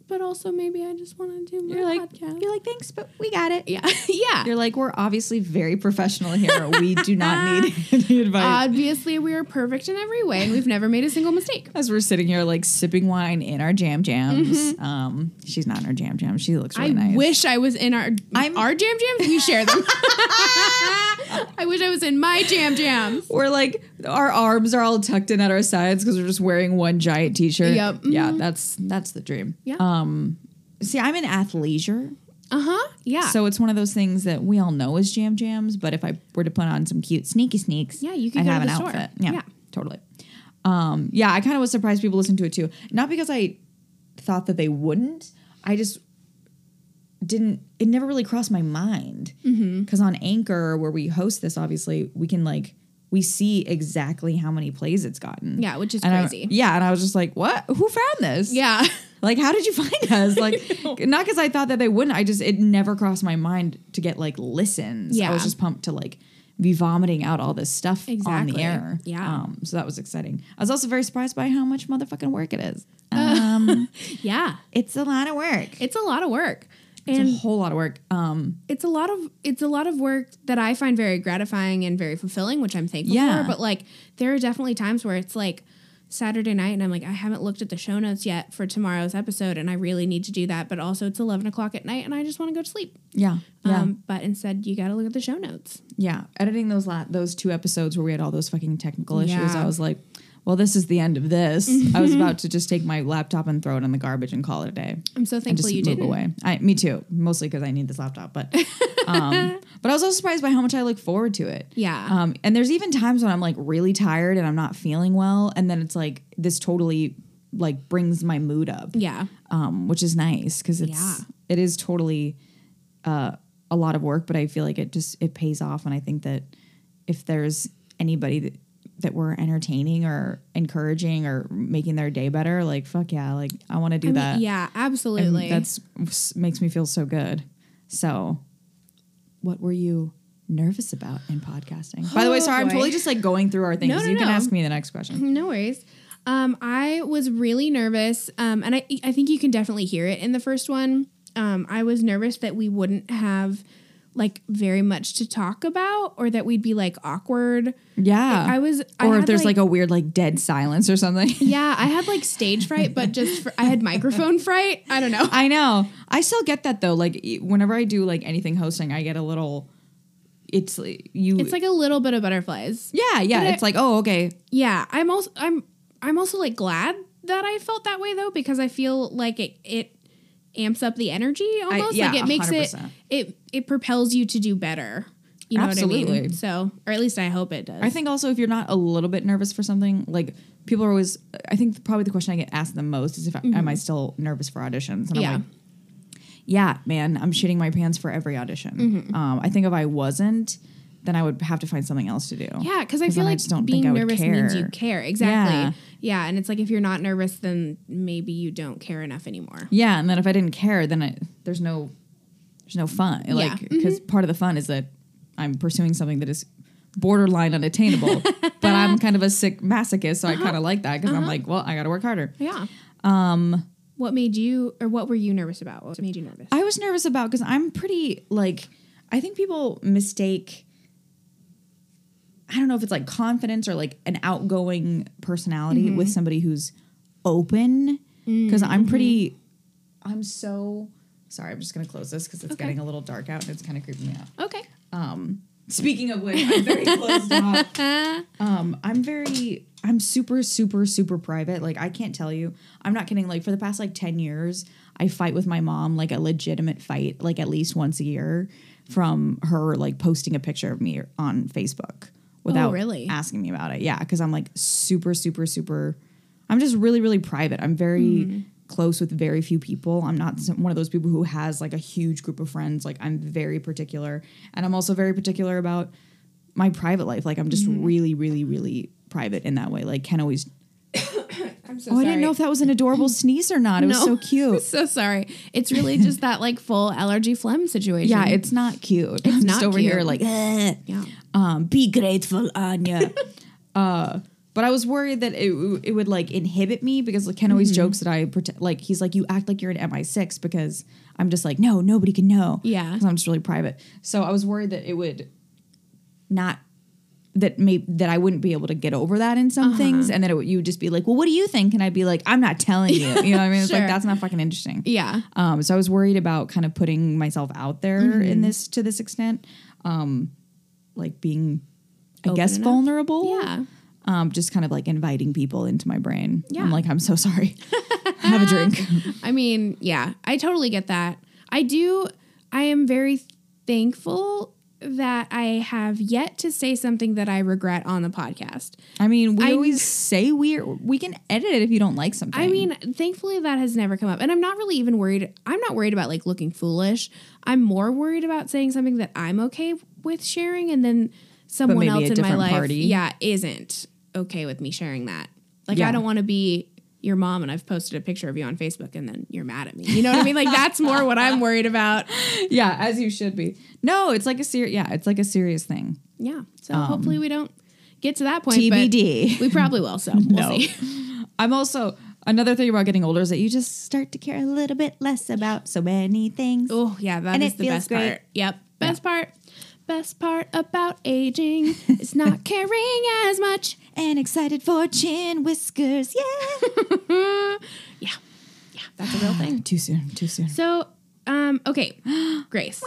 but also maybe I just want to do my you're like podcast. you're like, thanks, but we got it. yeah, yeah. You're like, we're obviously very professional here. We do not need any advice. Obviously, we are perfect in every way, and we've never made a single mistake. As we're sitting here, like sipping wine in our jam jams. Um, she's not in her jam jam. She looks really I nice. wish I was in our I'm- our jam jams. We share them. I wish I was in my jam jams. We're like our arms are all tucked in at our sides because we're just wearing one giant t-shirt. Yep. Yeah, that's that's the dream. Yeah. Um, Mm-hmm. see, I'm in athleisure, Uh huh. Yeah. so it's one of those things that we all know is jam jams. But if I were to put on some cute sneaky sneaks, Yeah, you could I'd go to have the an store. outfit. Yeah, Yeah. totally. Um, yeah, I kind of was surprised people listened to it too. Not because I thought that they wouldn't. I just didn't it never really crossed my mind because Mm-hmm. on anchor where we host this obviously we can like we see exactly how many plays it's gotten Yeah, which is And I- crazy. yeah and i was just like what who found this yeah. like how did you find us like not because i thought that they wouldn't i just it never crossed my mind to get like listens i was Yeah. just pumped to like be vomiting out all this stuff on Exactly. the air Yeah. um so that was exciting i was also very surprised by how much motherfucking work it is um Yeah. it's a lot of work It's a lot of work. it's And a whole lot of work um it's a lot of it's a lot of work that I find very gratifying and very fulfilling, which I'm thankful Yeah. for. But like there are definitely times where it's like Saturday night and I'm like, I haven't looked at the show notes yet for tomorrow's episode and I really need to do that. But also it's eleven o'clock at night and I just want to go to sleep. yeah yeah Um, but instead you gotta look at the show notes. Yeah, editing those la- those two episodes where we had all those fucking technical issues, Yeah. I was like, "Well, this is the end of this." I was about to just take my laptop and throw it in the garbage and call it a day. I'm so And thankful just you move didn't. away. I, me too, mostly because I need this laptop. But, um, but I was also surprised by how much I look forward to it. Yeah. Um, and there's even times when I'm like really tired and I'm not feeling well, and then it's like this totally like brings my mood up Yeah. um, which is nice because it's Yeah. it is totally uh, a lot of work, but I feel like it just it pays off, and I think that if there's anybody that that we're entertaining or encouraging or making their day better, like fuck yeah, like I want to do I mean, that. yeah, And absolutely. that's makes me feel so good. So, what were you? Nervous about in podcasting. By the way, Oh, sorry, I'm boy. totally just like going through our things. no, you can no. ask me the next question. No worries. Um, I was really nervous, um, and I I think you can definitely hear it in the first one. Um, I was nervous that we wouldn't have like very much to talk about, or that we'd be like awkward. Yeah. I was, I or if had, there's like, a weird like dead silence or something. yeah, I had like stage fright, but just for, I had microphone fright. I don't know. I know. I still get that though. Like e- whenever I do like anything hosting, I get a little it's like you It's like a little bit of butterflies. yeah yeah but I- it's like oh okay Yeah, I'm also I'm I'm also like glad that I felt that way though because I feel like it it amps up the energy almost yeah, like it makes it 100%. it it propels you to do better. You know what I Absolutely. mean? So, or at least I hope it does. I think also if you're not a little bit nervous for something, like people are always, I think probably the question I get asked the most is if I am I still nervous for auditions? And Mm-hmm. Yeah. I'm like, yeah, man, I'm shitting my pants for every audition. Mm-hmm. Um, I think if I wasn't, then I would have to find something else to do. Yeah, because I 'Cause feel then I like just don't being think I would nervous means you care. care. Exactly. Yeah. Yeah. and it's like if you're not nervous, then maybe you don't care enough anymore. Yeah, and then if I didn't care, then I, there's no, there's no fun. Like Mm-hmm. because part of the fun is that I'm pursuing something that is borderline unattainable. but I'm kind of a sick masochist, so Uh-huh. I kind of like that because I'm like, well, I got to work harder. Yeah. Um, what made you, or what were you nervous about? What made you nervous? I was nervous about because I'm pretty like I think people mistake. I don't know if it's like confidence or like an outgoing personality with somebody who's open because I'm pretty. I'm so sorry. I'm just gonna close this because it's Okay. getting a little dark out and it's kind of creeping me out. okay. Speaking of which, I'm very closed off. Um, I'm very, I'm super, super, super private. Like, I can't tell you. I'm not kidding. Like, for the past like 10 years, I fight with my mom, like a legitimate fight, like at least once a year from her, like, posting a picture of me on Facebook without really? asking me about it. Yeah. Cause I'm like super, super, super, I'm just really, really private. I'm very Mm-hmm. close with very few people. I'm not some- one of those people who has like a huge group of friends. Like, I'm very particular. And I'm also very particular about my private life. Like, I'm just Mm-hmm. really, really, really private in that way. Like, Ken always, I'm so oh, I didn't know if that was an adorable sneeze or not. It was so cute. so sorry. It's really just that like full allergy phlegm situation. Yeah, it's not cute. It's I'm not just over here cute. like, "Eh." yeah. um, be grateful, Anya. uh, but I was worried that it, it would like inhibit me because like, Ken Mm-hmm. always jokes that I pretend like he's like you act like you're an MI6 because I'm just like no nobody can know Yeah. because I'm just really private. So I was worried that it would not that maybe that I wouldn't be able to get over that in Uh-huh. some things and that it would, you would just be like well what do you think and I'd be like I'm not telling you you know what I mean it's Sure. like that's not fucking interesting Yeah. um, so I was worried about kind of putting myself out there Mm-hmm. in this to this extent, um, like being, I Open guess, enough? vulnerable. Yeah. Um, just kind of like inviting people into my brain. Yeah. I'm like, I'm so sorry. Have a drink. I mean, yeah, I totally get that. I do, I am very thankful that I have yet to say something that I regret on the podcast. I mean, we I- always say we are, we can edit it if you don't like something. I mean, thankfully that has never come up. And I'm not really even worried. I'm not worried about like looking foolish. I'm more worried about saying something that I'm okay with sharing and then someone maybe else a in my different life party. yeah, isn't okay with me sharing that. Like I Yeah. don't want to be your mom and I've posted a picture of you on Facebook and then you're mad at me. You know what I mean? Like that's more what I'm worried about. yeah, as you should be. No, it's like a serious. Yeah, it's like a serious thing. Yeah. So Um, hopefully we don't get to that point. but TBD. We probably will. So we'll No. see. I'm also another thing about getting older is that you just start to care a little bit less about so many things. Oh yeah, that is And it the feels best great. part. Yep, best part. Best part about aging is not caring as much. And excited for chin whiskers. Yeah. Yeah, yeah, that's a real thing. Too soon. Too soon. So, um, okay, Grace,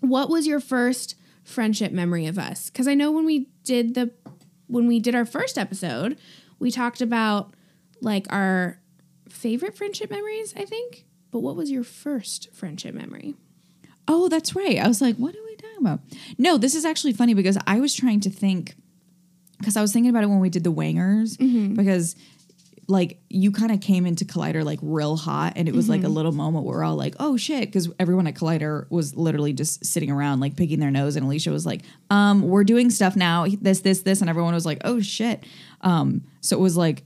what was your first friendship memory of us? Because I know when we did the when we did our first episode, we talked about like our favorite friendship memories. I think, but what was your first friendship memory? Oh, that's right. I was like, what are we talking about? No, this is actually funny because I was trying to think because I was thinking about it when we did the wangers because like you kind of came into Collider like real hot and it was like a little moment where we're all like, oh shit, because everyone at Collider was literally just sitting around like picking their nose and Alicia was like, um, we're doing stuff now, this, this, this, and everyone was like, oh shit. Um, so it was like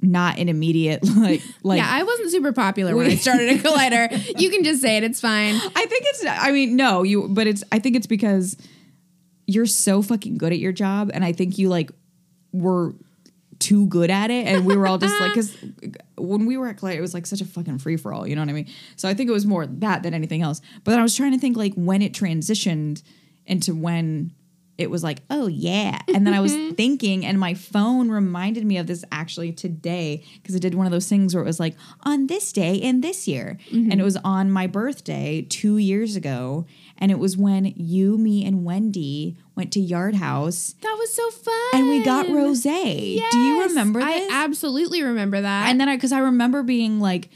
not an immediate like like yeah, I wasn't super popular when I started a collider. you can just say it; it's fine. I think it's. I mean, no, you. But it's. I think it's because you're so fucking good at your job, and I think you like were too good at it, and we were all just like, because when we were at Clay, it was like such a fucking free for all. You know what I mean? So I think it was more that than anything else. But I was trying to think like when it transitioned into when it was like, oh yeah. And then I was Mm-hmm. thinking, and my phone reminded me of this actually today because it did one of those things where it was like, Mm-hmm. on this day in this year. And it was on my birthday two years ago. And it was when you, me, and Wendy went to Yard House That was so fun. and we got rose. Do you Yes, remember this? I absolutely remember that. and then I, because I remember being like,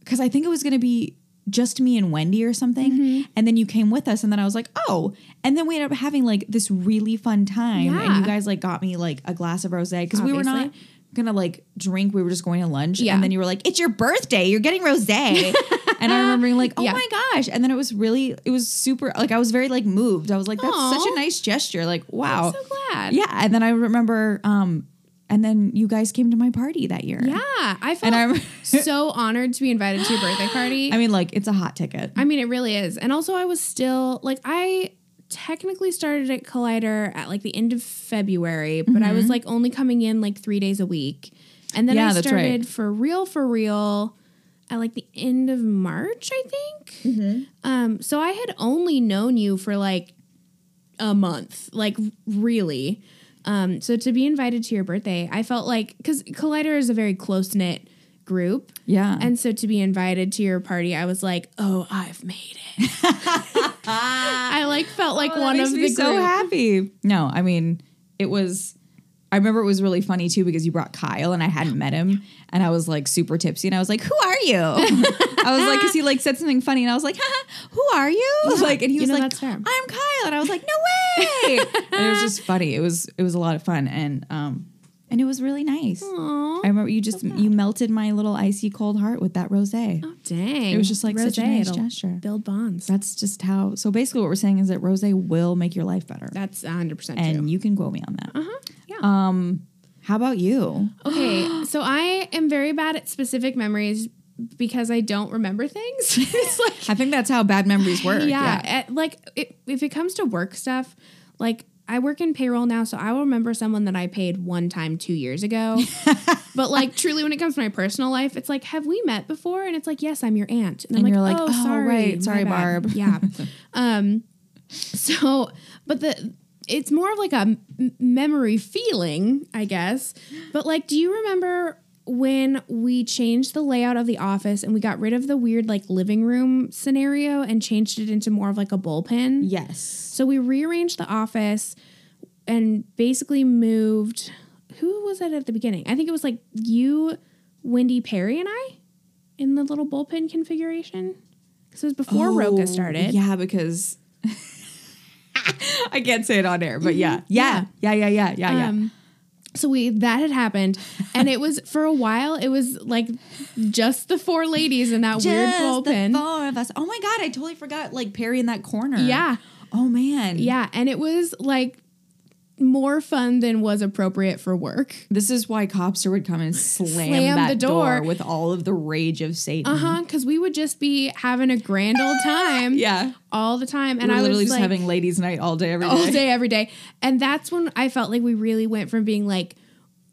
because I think it was going to be just me and Wendy or something. Mm-hmm. And then you came with us, and then I was like, oh. And then we ended up having like this really fun time. And you Yeah. guys like got me like a glass of rose because we were Obviously. not gonna like drink. We were just going to lunch. Yeah. And then you were like, it's your birthday. You're getting rose. and I remember being like, oh Yeah. my gosh. And then it was really, it was super, like I was very like moved. I was like, that's Aw. such a nice gesture. Like, wow. I'm so glad. Yeah, and then I remember, um, and then you guys came to my party that year. Yeah, I and felt I, rem- so honored to be invited to your birthday party. I mean, like it's a hot ticket. I mean, it really is. And also, I was still like, I technically started at Collider at like the end of February, but I was like only coming in like three days a week. And then Mm-hmm. Yeah, I that's started right. for real, for real at like the end of March, I think. Mm-hmm. Um, so I had only known you for like a month, like really. Um, so to be invited to your birthday, I felt like because Collider is a very close knit group. Yeah, And so to be invited to your party, I was like, oh, I've made it. I like felt like Oh, one that makes of me the so group. happy. No, I mean, it was. I remember it was really funny too because you brought Kyle and I hadn't met him, and I was like super tipsy, and I was like, "Who are you?" I was like, because he like said something funny, and I was like, Haha, "Who are you?" Like, and he you was know, like, that's fair. "I'm Kyle," and I was like, "No way!" and it was just funny. It was it was a lot of fun, and um, and it was really nice. Aw. I remember you just you melted my little icy cold heart with that rosé. Oh, dang. It was just like such a Rosé, nice it'll gesture. Build bonds. That's just how. So basically, what we're saying is that rosé will make your life better, That's 100% and true. you can quote me on that. Uh-huh. Yeah. Um, how about you? okay. So I am very bad at specific memories because I don't remember things. it's like I think that's how bad memories work. Yeah. at- like it, if it comes to work stuff, like I work in payroll now, so I will remember someone that I paid one time two years ago. but like truly, when it comes to my personal life, it's like, have we met before? And it's like, yes, I'm your aunt. And, And I'm you're like, like, oh, "Oh, sorry, right. my Sorry, bad." Barb. Yeah. um. So, but the it's more of like a m- memory feeling, I guess. But like, do you remember? When we changed the layout of the office and we got rid of the weird like living room scenario and changed it into more of like a bullpen. Yes. So we rearranged the office and basically moved. Who was it at the beginning? I think it was like you, Wendy Perry, and I in the little bullpen configuration. Because it was before Oh, Roka started. Yeah, because I can't say it on air, but yeah, yeah, yeah, yeah, yeah, yeah, yeah. Um, so we that had happened, and it was for a while. It was like just the four ladies in that weird bullpen. the four of us. Oh my god, I totally forgot. Like Perry in that corner. Yeah. Oh man. yeah, and it was like more fun than was appropriate for work. This is why Copster would come and slam, Uh-huh. Slam that the door. with all of the rage of Satan. Uh huh. Because we would just be having a grand old time. Yeah. all the time. And And I I was literally just like, Oh. having ladies' night all day every day. all day, every day. And that's when I felt like we really went from being like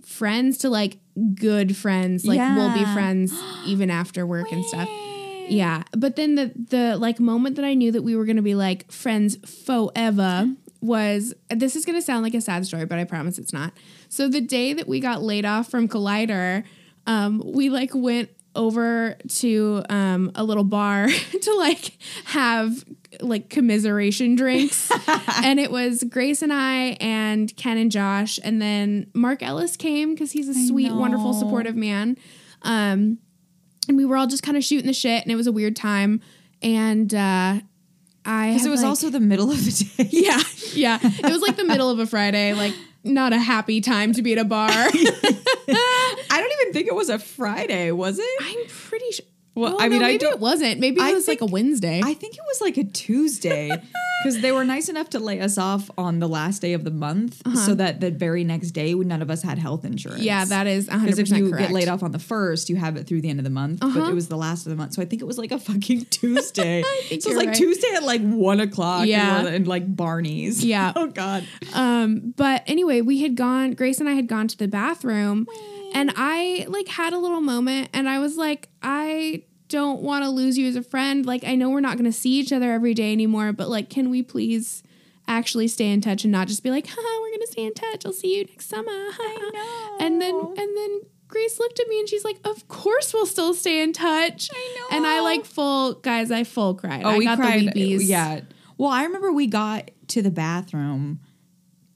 friends to like good friends. Like we'll be Yeah. friends even after work and stuff. Yeah. But then the the like moment that I knew that we were gonna be like friends forever was this is gonna sound like a sad story, but I promise it's not. So the day that we got laid off from Collider, um, we like went over to um, a little bar to like have like commiseration drinks and it was grace and i and ken and josh and then mark ellis came because he's a sweet wonderful know. supportive man um, and we were all just kind of shooting the shit and it was a weird time and uh i Because had, it was like- also the middle of the day. yeah yeah it was like the middle of a friday like not a happy time to be at a bar I don't even think it was a Friday, was it? i'm pretty sure Well, I mean, I maybe don't- it wasn't maybe it I was like think- a wednesday I think it was like a Tuesday because they were nice enough to lay us off on the last day of the month so that the very next day we- none of us had health insurance. Uh-huh. yeah that is 100% Because if you correct. get laid off on the first, you have it through the end of the month. But Uh-huh. it was the last of the month, so I think it was like a fucking Tuesday. I think so it's you're like right. Tuesday at like one o'clock. and Yeah. we're in like Barney's. Yeah. oh god. Um, but anyway, we had gone, Grace and I had gone to the bathroom and I like had a little moment and I was like, I don't want to lose you as a friend. Like, I know we're not going to see each other every day anymore, but like, can we please actually stay in touch and not just be like, huh, we're going to stay in touch. I'll see you next summer. I And then, know. and then Grace looked at me and she's like, of course we'll still stay in touch. I know. And I like full guys, I full cried. Oh, I we got cried. the weepies. Yeah. Well, I remember we got to the bathroom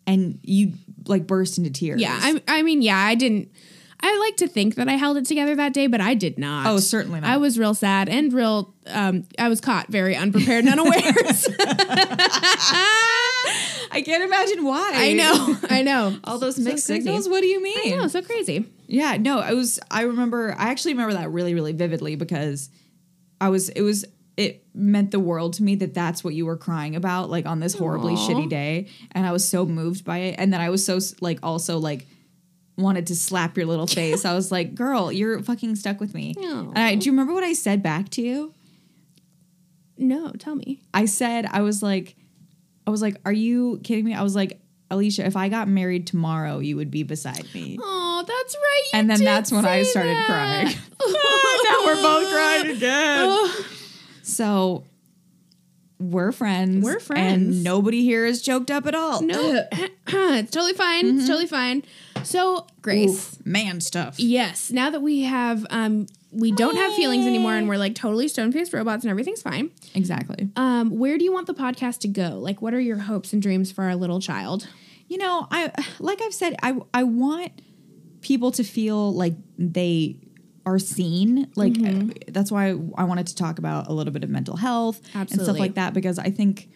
and you like burst into tears. Yeah, I, I mean, yeah, I didn't. I like to think that I held it together that day, but I did not. Oh, certainly not. I was real sad and real. Um, I was caught very unprepared and unawares. I can't imagine why. I know, I know. All those So mixed crazy. signals. What do you I mean? know, so crazy. Yeah, no, I was I remember I actually remember that really really vividly because I was it was it meant the world to me that that's what you were crying about like on this horribly Aw. shitty day and I was so moved by it and then I was so like also like wanted to slap your little face. I was like, "Girl, you're fucking stuck with me." Aw. And I do you remember what I said back to you? No, tell me. I said I was like I was like, "Are you kidding me?" I was like, "Alicia, if I got married tomorrow, you would be beside me." Oh, that's right. you And then did that's when I say started that. crying. now we're both crying again. Oh, So we're friends. We're friends. And nobody here is joked up at all. no, it's totally fine. It's totally fine. So, Grace. Mm-hmm. Oof, man stuff. Yes. Now that we have, um, we don't have feelings anymore, and we're like totally stone faced robots, and everything's fine. Exactly. Um, where do you want the podcast to go? Like, what are your hopes and dreams for our little child? You know, I like I've said, I I want people to feel like they are seen. Like uh, Mm-hmm. that's why I wanted to talk about a little bit of mental health and stuff Absolutely. like that because I think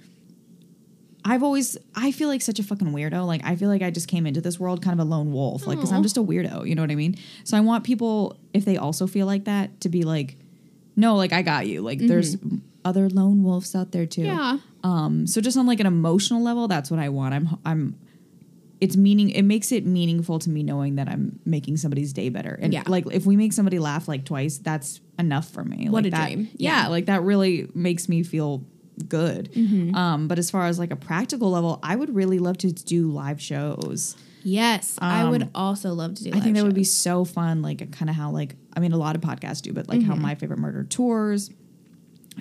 I've always I feel like such a fucking weirdo. Like I feel like I just came into this world kind of a lone wolf. Like because I'm just a weirdo. You know what I mean? So I want people if they also feel like that to be like, no, like I got you. Like there's other lone wolves out there too. Mm-hmm. Yeah. Um. So just on like an emotional level, that's what I want. I'm I'm. It's meaning. It makes it meaningful to me knowing that I'm making somebody's day better. And Yeah. like if we make somebody laugh like twice, that's enough for me. What like a that- dream. Yeah. Like that really makes me feel good. Mm-hmm. Um, but as far as like a practical level, I would really love to do live shows. Yes, I would also love to do. Um, I think that would be so fun. Like kind of how like I mean a lot of podcasts do, but like Mm-hmm. how my favorite murder tours.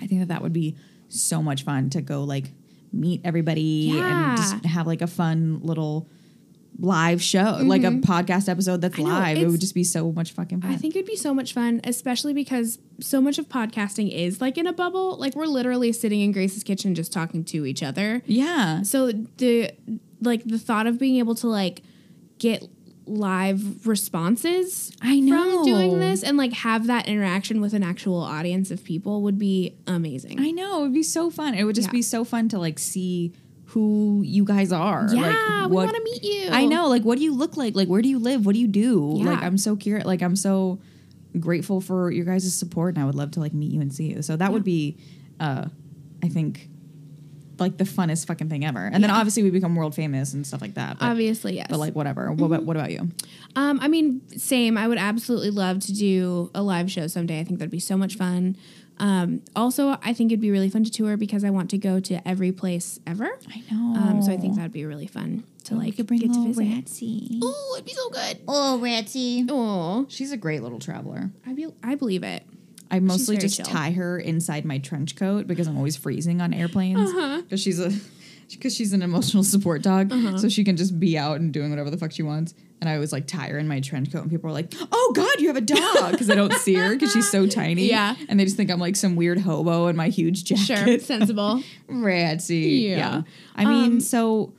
I think that that would be so much fun to go like meet everybody and just Yeah. have like a fun little live show, like a podcast episode that's Mm-hmm. I know, live. It it's- would just be so much fucking fun. I think it'd be so much fun, especially because so much of podcasting is like in a bubble. Like we're literally sitting in Grace's kitchen just talking to each other. yeah. So the like the thought of being able to like get live responses I know. from doing this and like have that interaction with an actual audience of people would be amazing. I know. It would be so fun. It would just Yeah. be so fun to like see who you guys are. yeah, like, we what- want to meet you. I know. Like, what do you look like? Like, where do you live? What do you do? Yeah. Like, I'm so curious. Like, I'm so grateful for your guys' support, and I would love to like meet you and see you. So that would be, uh, I think, like the funnest fucking thing ever. And then obviously we become world famous and stuff like that. But, Obviously, yes. but like whatever. Mm-hmm. What about what about you? Um, I mean, same. I would absolutely love to do a live show someday. I think that'd be so much fun. Um, also, I think it'd be really fun to tour because I want to go to every place ever. I know. Oh, Um, so I think that'd be really fun to like get to visit. Ratsy. Oh, it'd be so good. Oh, Ratsy. Oh, She's a great little traveler. I be- I believe it. I mostly very just chill. tie her inside my trench coat because I'm always freezing on airplanes. Uh-huh. Because she's a because she's an emotional support dog, so she can just be out and doing whatever the fuck she wants. And I always like tie her in my trench coat, and people are like, "Oh God, you have a dog!" Because I don't see her because she's so tiny. Yeah. and they just think I'm like some weird hobo in my huge Sure, jacket. sensible. Ratsy. Yeah. Um, I mean, so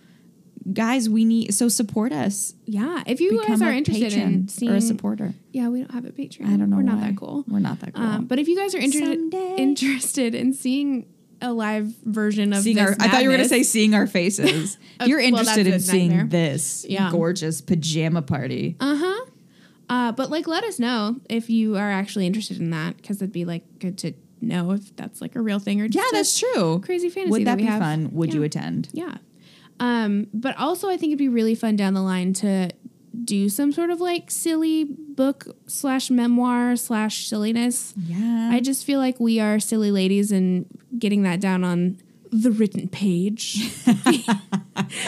guys, we need so support us. Yeah, if you guys Become are a interested patron in seeing, or a supporter. yeah, we don't have a Patreon. I don't know. We're not why. that cool. We're not that cool. Um, but if you guys are interested Someday. interested in seeing a live version of seeing this our. I thought you were going to madness- say seeing our faces. Uh, You're well, interested that's in a seeing nightmare. this Yeah. gorgeous pajama party. Uh-huh. Uh But like, let us know if you are actually interested in that, because it'd be like good to know if that's like a real thing or just yeah, a that's true. crazy fantasy. Would that, we be have. fun? Would you Yeah. attend? Yeah. Um, but also, I think it'd be really fun down the line to do some sort of like silly book slash memoir slash silliness. Yeah. I just feel like we are silly ladies, and getting that down on the written page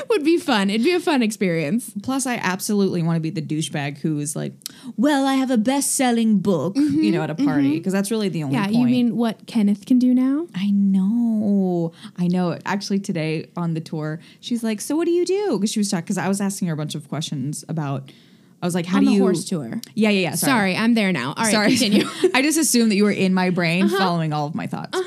would be fun. It'd be a fun experience. Plus, I absolutely want to be the douchebag who is like, "Well, I have a best-selling book," you know, at a party because that's really the only. Mm-hmm, Yeah, point. you mean what Kenneth can do now? I know. I know. Actually, today on the tour, she's like, "So what do you do?" Because she was talking. Because I was asking her a bunch of questions about. I was like, "How on do the you?" horse tour. Yeah, yeah, yeah. Sorry. Sorry, I'm there now. All right, Sorry. continue. Uh-huh. I just assumed that you were in my brain following all of my thoughts.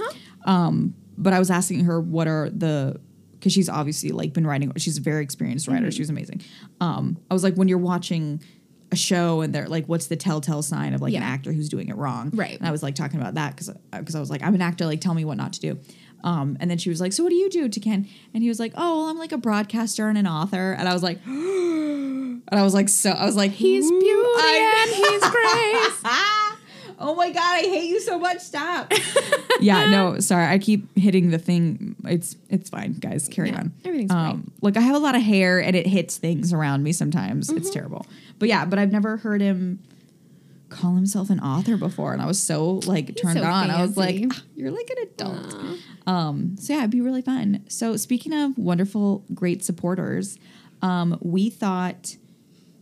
Um, but I was asking her what are the because she's obviously like been writing. She's a very experienced Mm-hmm. writer. She was amazing. Um, I was like, when you're watching a show and they're like, what's the telltale sign of like an Yeah. actor who's doing it wrong? Right. And I was like talking about that because because I was like, I'm an actor. Like, tell me what not to do. Um, and then she was like, so what do you do, to Ken? And he was like, oh, well, I'm like a broadcaster and an author. And I was like, and I was like, so I was like, He's "Ooh, beauty I- and he's grace. Ah! Oh my god, I hate you so much. Stop. yeah, no, sorry. I keep hitting the thing. It's it's fine, guys. Carry Yeah, on. everything's fine. Like I have a lot of hair and it hits things around me sometimes. It's Mm-hmm. terrible. But yeah, but I've never heard him call himself an author before and I was so like turned so on. I was like, fancy. "Ah, you're like an adult. Aw. Um, so yeah, it'd be really fun. So speaking of wonderful, great supporters, um, we thought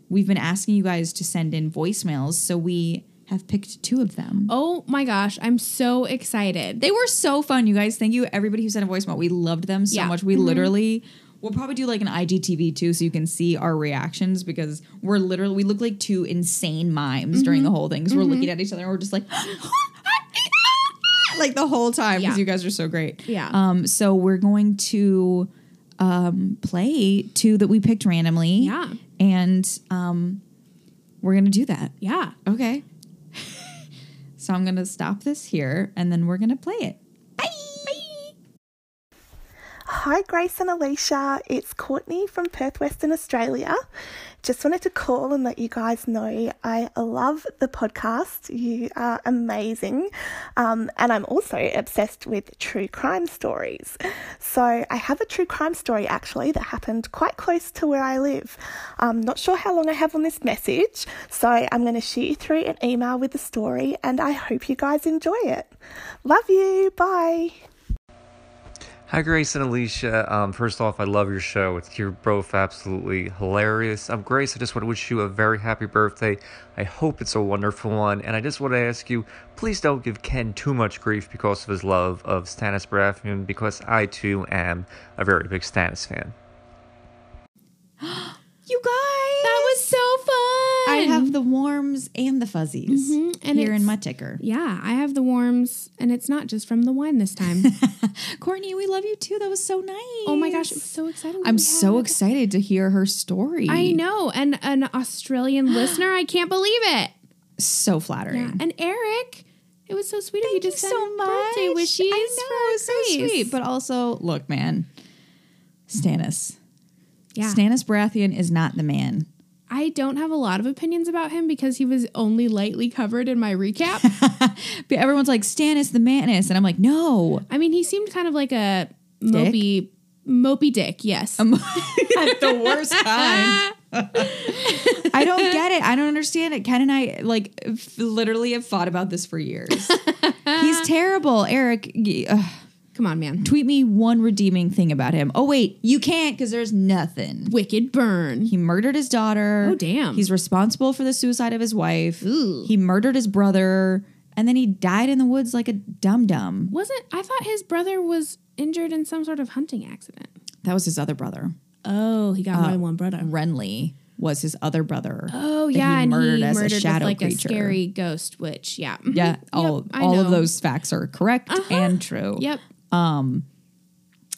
we've been asking you guys to send in voicemails, so we have picked two of them. Oh my gosh, I'm so excited. They were so fun, you guys. Thank you everybody who sent a voicemail. We loved them so Yeah. Mm-hmm. much. We literally we'll probably do like an IGTV too, so you can see our reactions because we're literally we look like two insane mimes Mm-hmm. during the whole thing because we're looking at each other and we're just like. Like the whole time because Yeah. you guys are so great. Yeah. Um. So we're going to um play two that we picked randomly. Yeah. And um, we're gonna do that. Yeah. Okay. so I'm going to stop this here and then we're going to play it. Bye. Bye. Hi, Grace and Alicia. It's Courtney from Perth, Western Australia. Just wanted to call and let you guys know I love the podcast. You are amazing. Um, and I'm also obsessed with true crime stories. So I have a true crime story actually that happened quite close to where I live. I'm not sure how long I have on this message, so I'm going to shoot you through an email with the story and I hope you guys enjoy it. Love you. Bye. Hi, Grace and Alicia. Um, first off, I love your show. It's you're both absolutely hilarious. Um, Grace, I just want to wish you a very happy birthday. I hope it's a wonderful one, and I just want to ask you, please don't give Ken too much grief because of his love of Stannis Baratheon, because I too am a very big Stannis fan. You guys. That was so fun. I have the warms and the fuzzies Mhm, and here in it's- my ticker. Yeah, I have the warms, and it's not just from the wine this time. Courtney, we love you too. That was so nice. oh my gosh, it was so exciting. that I'm we so had- excited to hear her story. I know, and an Australian listener, I can't believe it. So Yeah, flattering. and Eric, it was so sweet of you Thank you to send so much. birthday wishes. I know, it was for so Grace. sweet. But also, look, man, Stannis. yeah, Stannis Baratheon is not the man. I don't have a lot of opinions about him because he was only lightly covered in my recap. But everyone's like, Stannis the manus. And I'm like, no. I mean, he seemed kind of like a mopey, mopey dick. Yes. at the worst time. I don't get it. I don't understand it. Ken and I like f- literally have thought about this for years. He's terrible, Eric. y- ugh. Come on, man. tweet me one redeeming thing about him. Oh wait, you can't because there's nothing. Wicked burn. He murdered his daughter. Oh, damn. He's responsible for the suicide of his wife. Ooh. He murdered his brother, and then he died in the woods like a dum dum. Wasn't I thought his brother was injured in some sort of hunting accident? That was his other brother. Oh, he got more than one brother. Renly was his other brother. Oh that yeah, he and murdered he as a murdered shadow with like creature. a scary ghost witch. Yeah. Yeah, Yep, all I all of know. Uh-huh. those facts are correct and true. Um, Yep.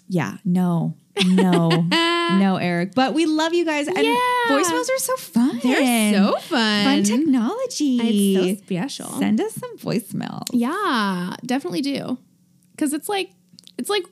Yeah. No. No. no, Eric. But we love you guys, and Yeah. voicemails are so fun. They're so fun. Fun technology. It's so special. Send us some voicemails. yeah, definitely do. Cause it's like it's like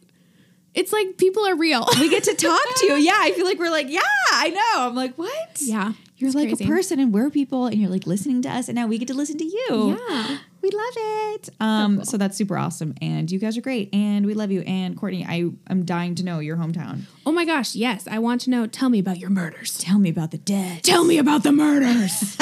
it's like people are real. We get to talk to you. Yeah, I feel like we're like, yeah, I know. I'm like, what? yeah. You're it's like crazy. a person, and we're people, and you're like listening to us, and now we get to listen to you. Yeah. we love it. Um, so that's super awesome, and you guys are great, and we love you. And Courtney, I I'm dying to know your hometown. Oh my gosh, yes. I want to know. Tell me about your murders. Tell me about the dead. Tell me about the murders.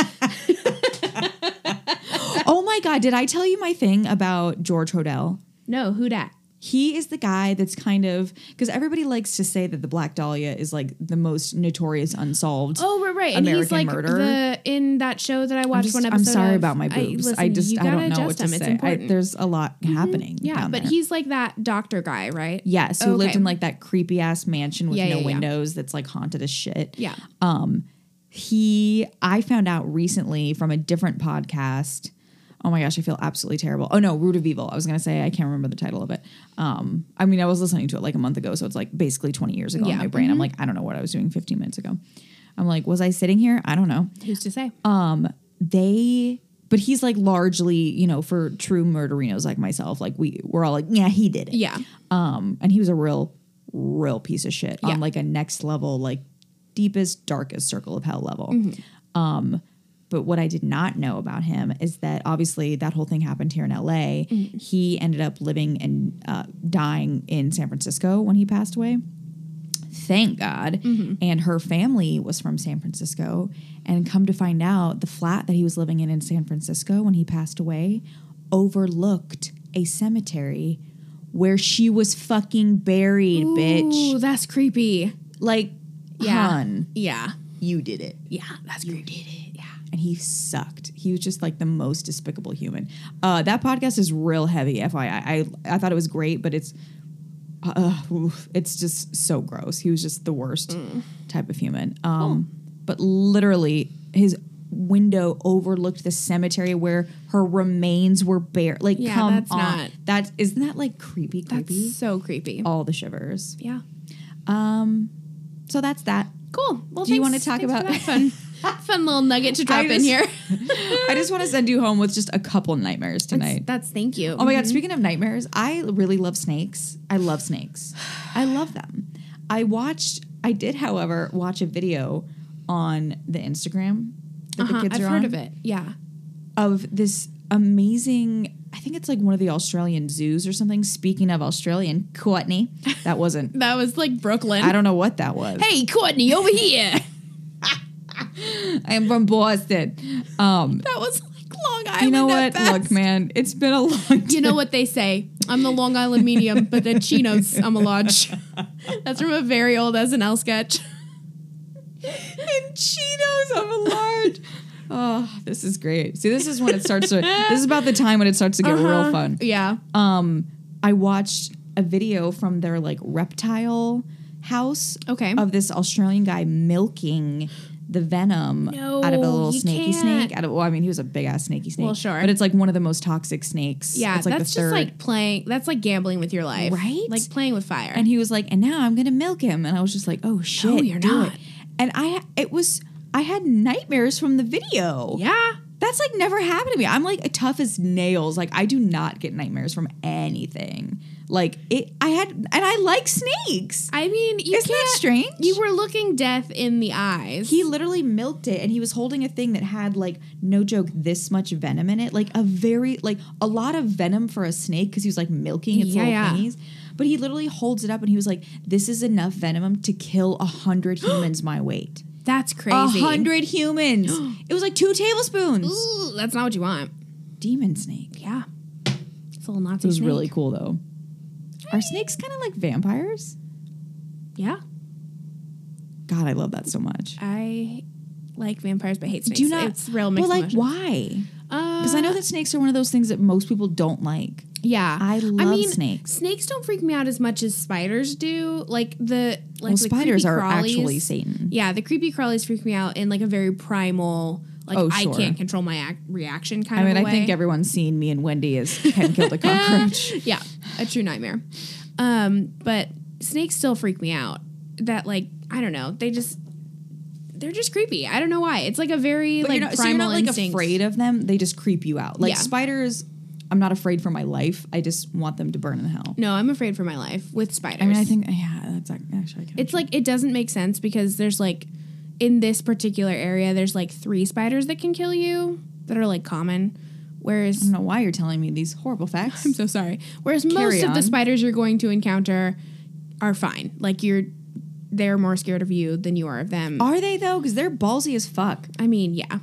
Oh my God, did I tell you my thing about George Hodell? no, who dat? He is the guy that's kind of because everybody likes to say that the Black Dahlia is like the most notorious unsolved. Oh, right, right. and he's American like murder. the in that show that I I'm, watched just- one I'm episode. sorry of- about my boobs. I, listen, just you I don't gotta know what adjust to them. It's say. I, important. Mm-hmm. there's a lot happening. yeah, down but there. he's like that doctor guy, right? yes, who lived Okay. in like that creepy ass mansion with Yeah, no yeah, yeah. windows that's like haunted as shit. Yeah. um he i found out recently from a different podcast Oh my gosh, I feel absolutely terrible. Oh no, Root of Evil. I was gonna say I can't remember the title of it. Um, I mean, I was listening to it like a month ago, so it's like basically 20 years ago in Yeah. Mm-hmm. my brain. I'm like, I don't know what I was doing 15 minutes ago. I'm like, was I sitting here? I don't know Who's to say? um they but he's like largely you know for true murderinos like myself like we we're all like yeah he did it Yeah. um and he was a real real piece of shit Yeah. on like a next level like deepest darkest circle of hell level um but what I did not know about him is that obviously that whole thing happened here in LA. He ended up living and uh, dying in San Francisco when he passed away thank God. Mm-hmm. And her family was from San Francisco. And come to find out, the flat that he was living in in San Francisco when he passed away overlooked a cemetery where she was fucking buried, bitch. Ooh, that's creepy. Like, Yeah. hun, Yeah. you did it. Yeah, that's creepy. And he sucked. He was just like the most despicable human. Uh, that podcast is real heavy, FYI. I, I thought it was great, but it's. Uh, oof, it's just so gross. He was just the worst Mm. type of human. Um, But literally, his window overlooked the cemetery where her remains were buried. Like, Yeah, come that's on, not- that isn't that like creepy? Creepy. That's so creepy. All the shivers. Yeah. So that's that. Cool. Well, Do you thanks- wanna talk thanks for about- that fun, fun little nugget to drop I just- in here? I just want to send you home with just a couple nightmares tonight. That's thank you. Oh my god, speaking of nightmares, I really love snakes. I love snakes. I love them. I watched I did however watch a video on the Instagram that Uh-huh, the kids I've are heard on of it. Yeah. of this amazing I think it's like one of the Australian zoos or something. Speaking of Australian, Courtney, that wasn't That was like Brooklyn. I don't know what that was. hey, Courtney, over here. I am from Boston. Um That was like Long Island. you know at what? best. Look, man, it's been a long time. You know what they say? I'm the Long Island medium, but the chinos, I'm a lodge. That's from a very old SNL sketch. and Cheetos of a large. Oh, this is great. See, this is when it starts to. This is about the time when it starts to get Uh-huh. real fun. Yeah. Um, I watched a video from their like reptile house. Okay. Of this Australian guy milking the venom No, out of a little you snaky can't. snake. Out of well, I mean, he was a big ass snaky snake. Well, sure. But it's like one of the most toxic snakes. yeah. It's like that's the third. just like playing. That's like gambling with your life. Right? Like playing with fire. and he was like, and now I'm gonna milk him. And I was just like, oh shit, you're do not. It. And I, it was, I had nightmares from the video. yeah. That's like never happened to me. I'm like tough as nails. Like I do not get nightmares from anything. Like it, I had, and I like snakes. I mean, you Isn't that can't. strange? You were looking death in the eyes. He literally milked it, and he was holding a thing that had like no joke this much venom in it, like a very like a lot of venom for a snake because he was like milking its Yeah, little yeah. thingies. But he literally holds it up, and he was like, "This is enough venom to kill a hundred humans my weight. that's A crazy. hundred humans. it was like two tablespoons. Ooh, that's not what you want. Demon snake. Yeah. It's a little Nazi. It was snake. really cool though. Are snakes kind of like vampires? Yeah. God, I love that so much. I like vampires but hate snakes. Do you not? It's real Well, mixed like emotion. why? Uh, Because I know that snakes are one of those things that most people don't like. Yeah. I love snakes. Snakes don't freak me out as much as spiders do. Like the like well, the spiders creepy are crawlies. actually Satan. Yeah, the creepy crawlies freak me out in like a very primal like Oh, I sure. can't control my ac- reaction kind I mean, of a I think way. everyone's seen me and Wendy as Ken killed a cockroach. yeah, a true nightmare. Um, but snakes still freak me out. That like I don't know. They just they're just creepy. I don't know why. It's like a very But like you're not, primal so you're not like instinct. afraid of them. They just creep you out. Like Yeah. spiders, I'm not afraid for my life. I just want them to burn in hell. No, I'm afraid for my life with spiders. I mean, I think yeah, that's ac- actually. I can it's like it doesn't make sense because there's like in this particular area there's like three spiders that can kill you that are like common I whereas don't know why you're telling me these horrible facts. I'm so sorry whereas most Carry of the on. spiders you're going to encounter are fine like you're they're more scared of you than you are of them Are they though? Because they're ballsy as fuck. I mean yeah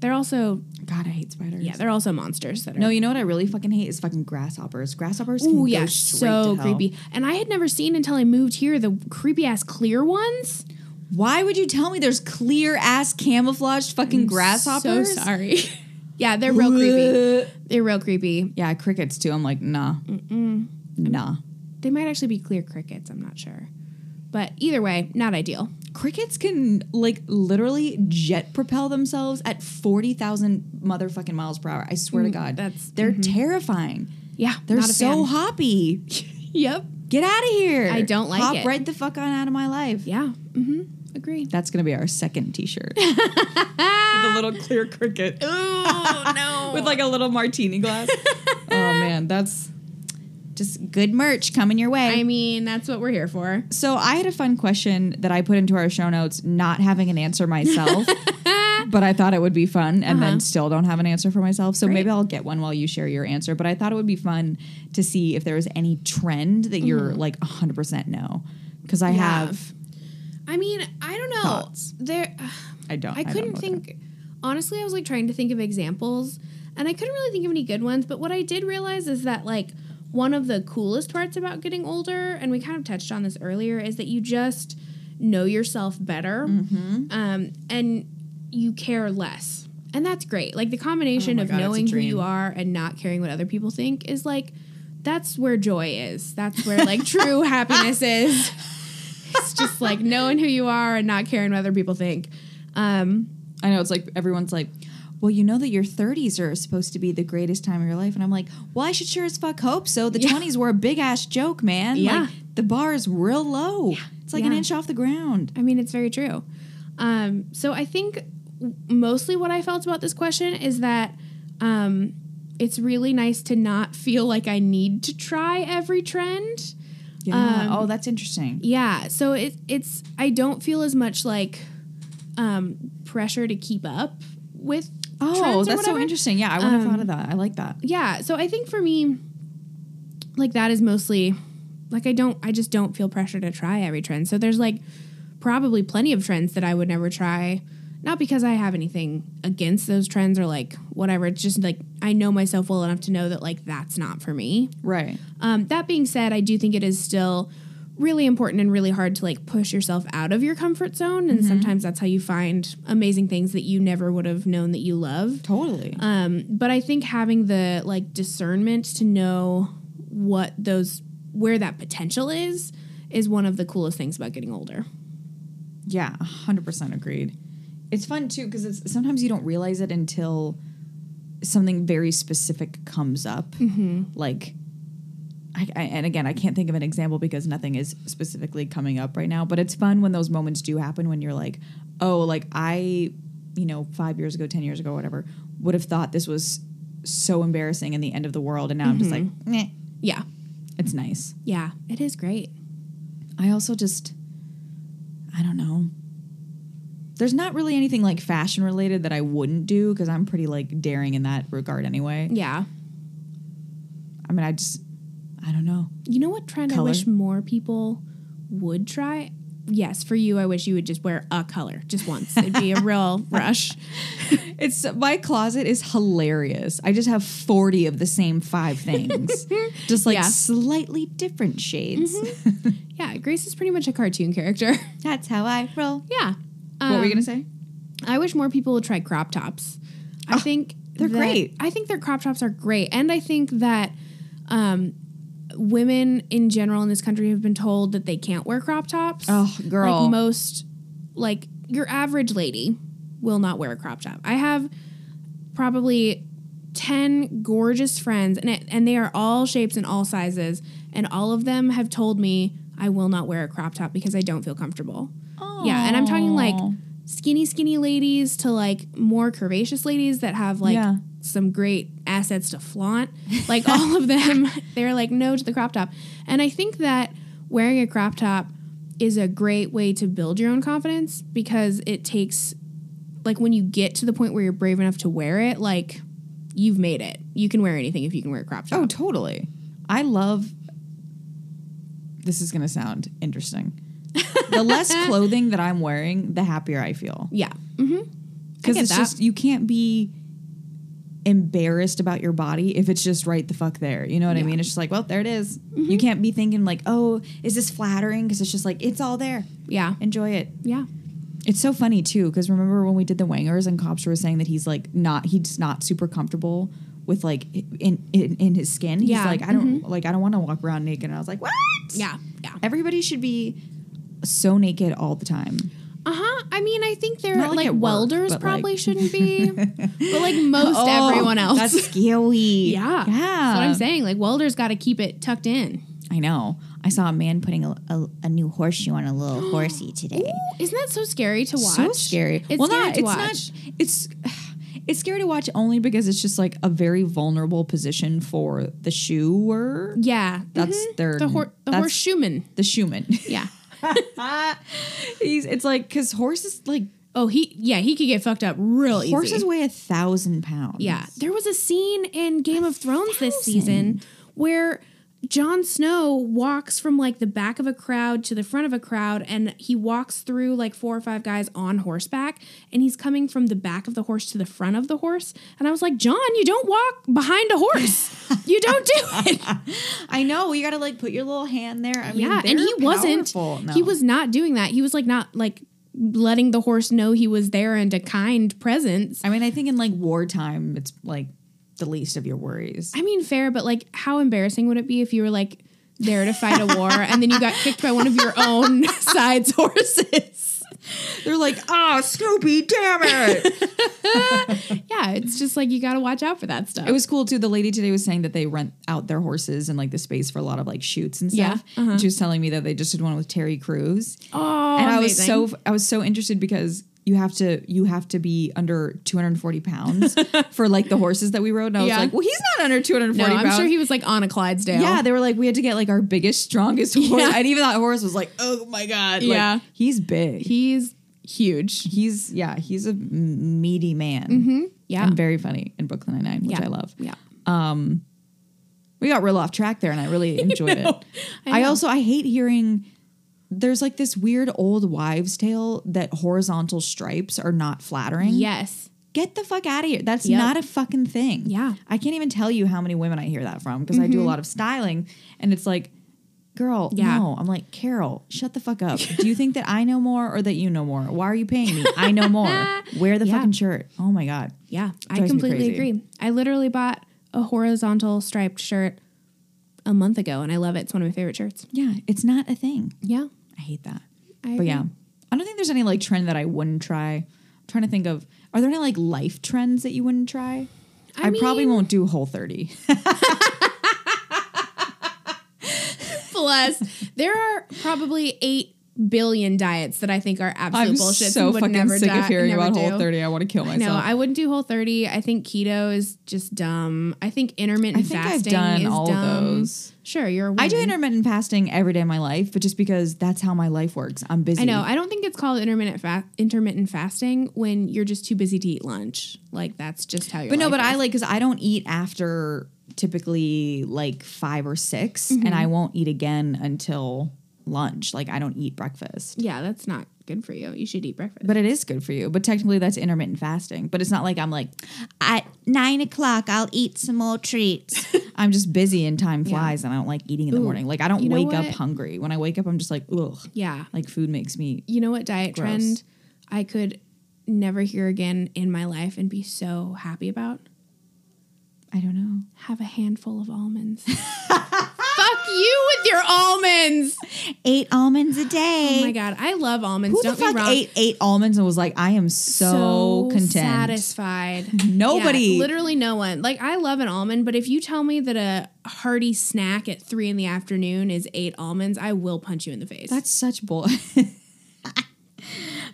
they're also God, I hate spiders. yeah they're also monsters that are No, you know what I really fucking hate is fucking grasshoppers. Grasshoppers. Mm-hmm. Ooh, can yeah, go straight to so hell. creepy. And I had never seen until I moved here the creepy ass clear ones. Why would you tell me there's clear ass camouflaged fucking grasshoppers? So sorry. yeah, they're real creepy. They're real creepy. Yeah, crickets too. I'm like, nah, nah. They might actually be clear crickets. I'm not sure. But either way, not ideal. crickets can like literally jet propel themselves at 40,000 motherfucking miles per hour. I swear to God. Mm, that's- They're terrifying. Yeah, They're not a so fan. hoppy. Yep. Get out of here. I don't like Hop it. right the fuck on out of my life. Yeah. Mm-hmm. Agree. That's going to be our second t shirt. With a little clear cricket. Oh no. With like a little martini glass. oh man, that's just good merch coming your way. I mean, that's what we're here for. So I had a fun question that I put into our show notes, not having an answer myself, but I thought it would be fun, and Uh-huh. then still don't have an answer for myself. So maybe I'll get one while you share your answer. But I thought it would be fun to see if there was any trend that you're like 100 percent no, because I Mm-hmm. Yeah. have, I mean, I don't know. Thoughts? There I don't, I don't couldn't know think honestly, I was like trying to think of examples and I couldn't really think of any good ones, but what I did realize is that like one of the coolest parts about getting older, and we kind of touched on this earlier, is that you just know yourself better Mm-hmm. um, and you care less. And that's great. Like the combination Oh my of God, it's a knowing who you dream. are and not caring what other people think is like, that's where joy is. That's where like true happiness is. It's just like knowing who you are and not caring what other people think. Um, that. I know it's like everyone's like. Well, you know that your 30s are supposed to be the greatest time of your life. And I'm like, well, I should sure as fuck hope so. The 20s were a big ass joke, man. Yeah. Like, the bar is real low. It's like an Yeah. inch off the ground. I mean, it's very true. Um, so I think w- mostly what I felt about this question is that um, it's really nice to not feel like I need to try every trend. Yeah. oh, that's interesting. Yeah. So it, it's, I don't feel as much like um, pressure to keep up with. Oh, trends or that's so whatever. interesting. Yeah, I would have thought of that. I like that. Yeah. So I think for me, like that is mostly like I don't, I just don't feel pressure to try every trend. So there's like probably plenty of trends that I would never try. Not because I have anything against those trends or like whatever. It's just like I know myself well enough to know that like that's not for me. Right. Um, that being said, I do think it is still really important and really hard to like push yourself out of your comfort zone. And sometimes that's how you find amazing things that you never would have known that you loved. Totally. Um, but I think having the like discernment to know what those where that potential is is one of the coolest things about getting older. yeah, 100% agreed. It's fun too because it's sometimes you don't realize it until something very specific comes up. Like, I, I, and again, I can't think of an example because nothing is specifically coming up right now, but it's fun when those moments do happen when you're like, oh, like I, you know, five years ago, 10 years ago, whatever, would have thought this was so embarrassing and the end of the world. And now I'm just like, meh. Yeah. It's nice. Yeah, it is great. I also just, I don't know. There's not really anything like fashion related that I wouldn't do because I'm pretty like daring in that regard anyway. Yeah. I mean, I just, I don't know. You know what trend Color? I wish more people would try? Yes, for you, I wish you would just wear a color just once. It'd be a real rush. It's my closet is hilarious. I just have 40 of the same five things, just like Yeah. Mm-hmm. slightly different shades. Yeah, Grace is pretty much a cartoon character. That's how I roll. yeah. What were Um, you going to say? I wish more people would try crop tops. I think Ah, they're that- great. I think their crop tops are great, and I think that um, women in general in this country have been told that they can't wear crop tops. Oh, girl. Like most, like your average lady will not wear a crop top. I have probably ten gorgeous friends, and it, and they are all shapes and all sizes, and all of them have told me I will not wear a crop top because I don't feel comfortable. Yeah, and I'm talking like skinny, skinny ladies to like more curvaceous ladies that have like Yeah. some great assets to flaunt. Like all of them, they're like no to the crop top. And I think that wearing a crop top is a great way to build your own confidence because it takes like when you get to the point where you're brave enough to wear it, like you've made it. You can wear anything if you can wear a crop top. Oh, totally. I love. This is going to sound interesting. the less clothing that I'm wearing, the happier I feel. Yeah. hmm Because get it's that. just, you can't be embarrassed about your body if it's just right the fuck there. You know what I mean? It's just like, well, there it is. Mm-hmm. You can't be thinking, like, oh, is this flattering? Because it's just like, it's all there. Yeah. Enjoy it. Yeah. It's so funny too, because remember when we did the Wangers and Copster was saying that he's like not he's not super comfortable with like in in, in his skin. He's Yeah, Mm-hmm. like I don't like I don't want to walk around naked. And I was like, what? Yeah. Yeah. Everybody should be so naked all the time. Uh huh. I mean, I think they're Not like like, at work, welders but, probably like- shouldn't be, but like most Oh, everyone else. That's scary. yeah. Yeah. That's what I'm saying. Like welders got to keep it tucked in. I know. I saw a man putting a, a, a new horseshoe on a little horsey today. Isn't that so scary to watch? So scary. It's well, scary not, to it's watch. not. It's it's scary to watch only because it's just like a very vulnerable position for the shoer. yeah. Mm-hmm. That's their The, hor- the Ah. that's horseshoeman. The shoeman. Yeah. He's. It's like because horses like Oh, he, yeah, he could get fucked up real easy. horses weigh a thousand pounds. Yeah. There was a scene in Game of Thrones this season where Jon Snow walks from like the back of a crowd to the front of a crowd and he walks through like four or five guys on horseback and he's coming from the back of the horse to the front of the horse. And I was like, John, you don't walk behind a horse. you don't do it. I know. You got to like put your little hand there. I mean, yeah. And they're he wasn't, powerful. No. he was not doing that. He was like, not like letting the horse know he was there and a kind presence. I mean, I think in like wartime, it's like the least of your worries. I mean, fair, but like, how embarrassing would it be if you were like there to fight a war and then you got kicked by one of your own side's horses? They're like, ah, Snoopy, damn it. Yeah, it's just like you got to watch out for that stuff. It was cool too. The lady today was saying that they rent out their horses and like the space for a lot of like shoots and stuff. Yeah, uh-huh. And she was telling me that they just did one with Terry Crews. oh, and I amazing. was so I was so interested because you have to you have to be under 240 pounds for like the horses that we rode. And I was Yeah. like, well, he's not under 240 No, pounds. I'm sure he was like on a Clydesdale. yeah, they were like, we had to get like our biggest, strongest horse. Yeah. And even that horse was like, oh my God. Like, Yeah. he's big. he's huge. he's, yeah, he's a m- meaty man. Yeah. And very funny in Brooklyn Nine-Nine, which yeah. I love. Yeah. We got real off track there, and I really enjoyed it. I, also I hate hearing. There's like this weird old wives' tale that horizontal stripes are not flattering. Yes. get the fuck out of here. That's Yep. not a fucking thing. Yeah. Mm-hmm. I can't even tell you how many women I hear that from because I do a lot of styling, and it's like, girl, Yeah. no. I'm like, Carol, shut the fuck up. do you think that I know more or that you know more? Why are you paying me? I know more. Wear the Yeah. fucking shirt. Oh my god. Yeah. I Drives me completely crazy. agree. I literally bought a horizontal striped shirt a month ago and I love it. It's one of my favorite shirts. Yeah, it's not a thing. Yeah. I hate that. I But agree. yeah, I don't think there's any like trend that I wouldn't try. I'm trying to think of are there any like life trends that you wouldn't try? I, probably mean- won't do Whole 30. Plus, there are probably eight billion diets that I think are absolute I'm bullshit. so and would fucking never sick di- of hearing never about do. Whole 30. I want to kill myself. No, I wouldn't do Whole 30. I think keto is just dumb. I think intermittent I think I've fasting done is all dumb. those. Sure, you're. A woman. I do intermittent fasting every day of my life, but just because that's how my life works. I'm busy. I know. I don't think it's called intermittent fa- intermittent fasting when you're just too busy to eat lunch. Like that's just how you. But no, but I like because I don't eat after typically like five or 6 and I won't eat again until lunch. Like I don't eat breakfast. Yeah, that's not good for you. You should eat breakfast. But it is good for you. But technically, that's intermittent fasting. But it's not like I'm like at nine o'clock I'll eat some more treats. I'm just busy and time flies, and I don't like eating in the morning. Like I don't You know wake up what? hungry. When I wake up, I'm just like ugh. yeah, Like food makes me. you know what diet Gross. trend I could never hear again in my life and be so happy about? I don't know. have a handful of almonds. Fuck you with your almonds. Eight almonds a Oh day. my god, I love almonds. Who Don't the fuck be wrong. ate eight almonds and was like, I am so, content. satisfied. Nobody. Yeah, literally no one. Like I love an almond, but if you tell me that a hearty snack at three in the afternoon is eight almonds, I will punch you in the face. That's such bull.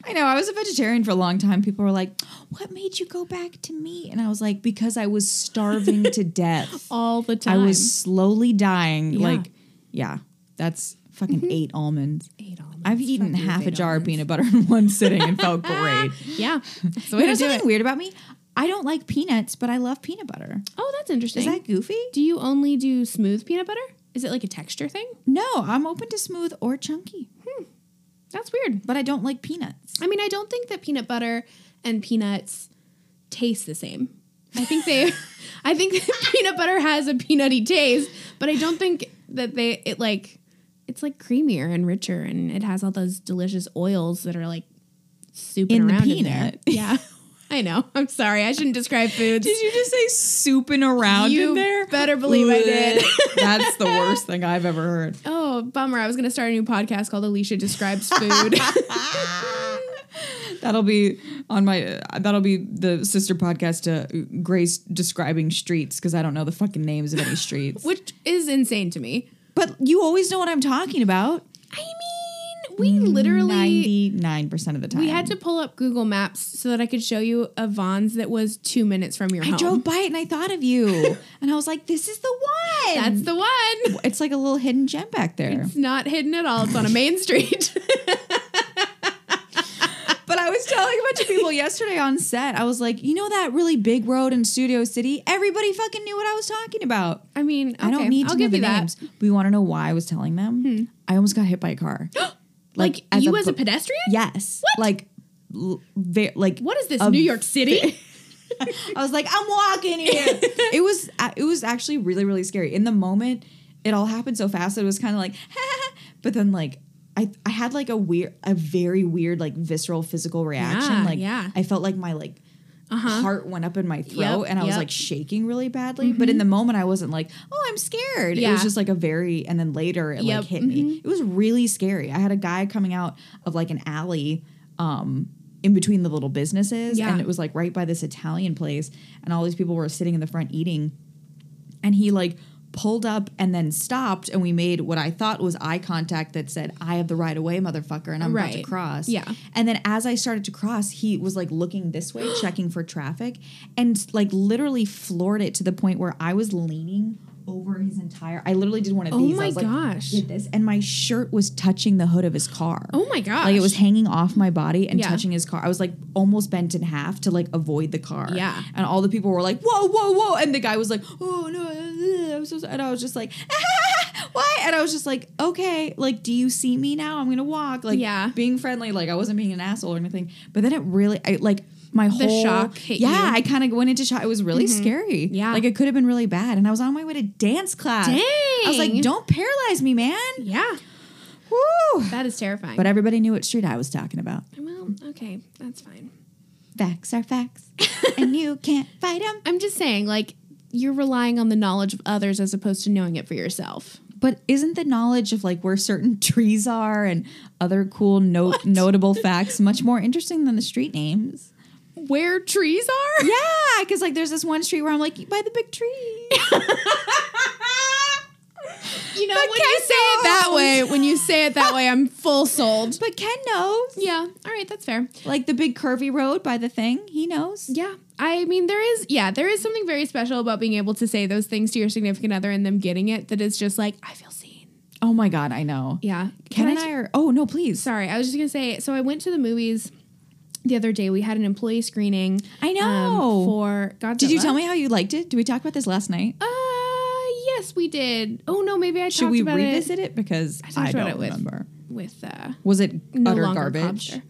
I know. I was a vegetarian for a long time. People were like, "What made you go back to meat?" And I was like, "Because I was starving to death. all the time. I was slowly dying. Yeah. Like, yeah, that's fucking Mm-hmm. eight almonds. eight almonds. I've eaten Fuck you half with a eight jar almonds. of peanut butter in one sitting and felt great. Yeah. That's the way You know to do something it. weird about me? I don't like peanuts, but I love peanut butter. Oh, that's interesting. Is that goofy? do you only do smooth peanut butter? Is it like a texture thing? No, I'm open to smooth or chunky, That's weird. but I don't like peanuts. I mean, I don't think that peanut butter and peanuts taste the same. I think they, I think that peanut butter has a peanutty taste, but I don't think that they it like it's like creamier and richer, and it has all those delicious oils that are like super In the around in there. peanut. Yeah, I know. I'm sorry. I shouldn't describe foods. Did you just say souping around You in there? better believe I did. That's the worst thing I've ever heard. Oh, bummer. I was going to start a new podcast called Alicia Describes Food. That'll be on my. Uh, that'll be the sister podcast to Grace describing streets because I don't know the fucking names of any streets. which is insane to me. but you always know what I'm talking about. I mean, we literally Mm, Ninety nine percent of the time. we had to pull up Google Maps so that I could show you a Vons that was two minutes from your I home. drove by it and I thought of you, and I was like, "This is the one." That's the one. it's like a little hidden gem back there. It's not hidden at all. It's on a main street. But I was telling a bunch of people yesterday on set, I was like, you know that really big road in Studio City? Everybody fucking knew what I was talking about. I mean, I don't okay, need to I'll know give the you that. Hmm. names. But you want to know why I was telling them? I almost got hit by a car. Like, as you as a bu- pedestrian? Yes. What? Like, l- ve- like What is this, a New York City? I was like, I'm walking here. it was uh, it was actually really really scary. In the moment, it all happened so fast. It was kind of like, but then like I I had like a weird a very weird like visceral physical reaction. Yeah, like yeah. Uh-huh. I felt like my like. Heart went up in my throat, Yep, and I was yep. Mm-hmm. like shaking really badly. But in the moment, I wasn't like, "Oh, I'm scared." It Yeah. was just like a very, and then later it Yep, like hit me. Mm-hmm. It was really scary. I had a guy coming out of like an alley, um, in between the little businesses, Yeah. and it was like right by this Italian place, and all these people were sitting in the front eating, and he like pulled up and then stopped, and we made what I thought was eye contact that said, "I have the right of way, motherfucker," and I'm about to Right. cross. Yeah. And then as I started to cross, he was like looking this way, checking for traffic, and like literally floored it to the point where I was leaning over his entire. I literally did one of Oh these. my I was gosh. Like, did this, and my shirt was touching the hood of his car. Oh my gosh. Like it was hanging off my body and Yeah. touching his car. I was like almost bent in half to like avoid the car. Yeah. And all the people were like, "Whoa, whoa, whoa!" And the guy was like, "Oh no!" uh, I'm so sorry." And I was just like, "Why?" And I was just like, "Okay, like, do you see me now? I'm gonna walk." Like, Yeah. being friendly. Like I wasn't being an asshole or anything. But then it really, I like. My whole shock hit yeah, you. Mm-hmm. I kind of went into shock. It was really scary. Yeah. like it could have been really bad. And I was on my way to dance class. I was like, Dang. "Don't paralyze me, man." yeah. Woo! That is terrifying. But everybody knew what street I was talking about. well, okay. That's fine. Facts are facts, and you can't fight them. I'm just saying, like, you're relying on the knowledge of others as opposed to knowing it for yourself. But isn't the knowledge of like where certain trees are and other cool, no- notable facts much more interesting than the street names? Where trees are? Yeah, because like there's this one street where I'm like by the big tree. You know, But when you Ken say it that knows. way, when you say it that way, I'm full sold. but Ken knows, Yeah. All right. That's fair. like the big curvy road by the thing. He knows. Yeah. I mean, there is, yeah, there is something very special about being able to say those things to your significant other and them getting it that is just like, I feel seen. Oh my god, I know. Yeah. Ken Can and I I are. Oh no, please. Sorry, I was just gonna say. So I went to the movies the other day. We had an employee screening. um, I know. for Godzilla. Did you tell me how you liked it? Did we talk about this last night? Uh, yes, we did. Oh no, maybe I Should talked we about revisit it, because I, talked about don't it with- remember? it with uh, Was it no utter longer garbage? Cobster.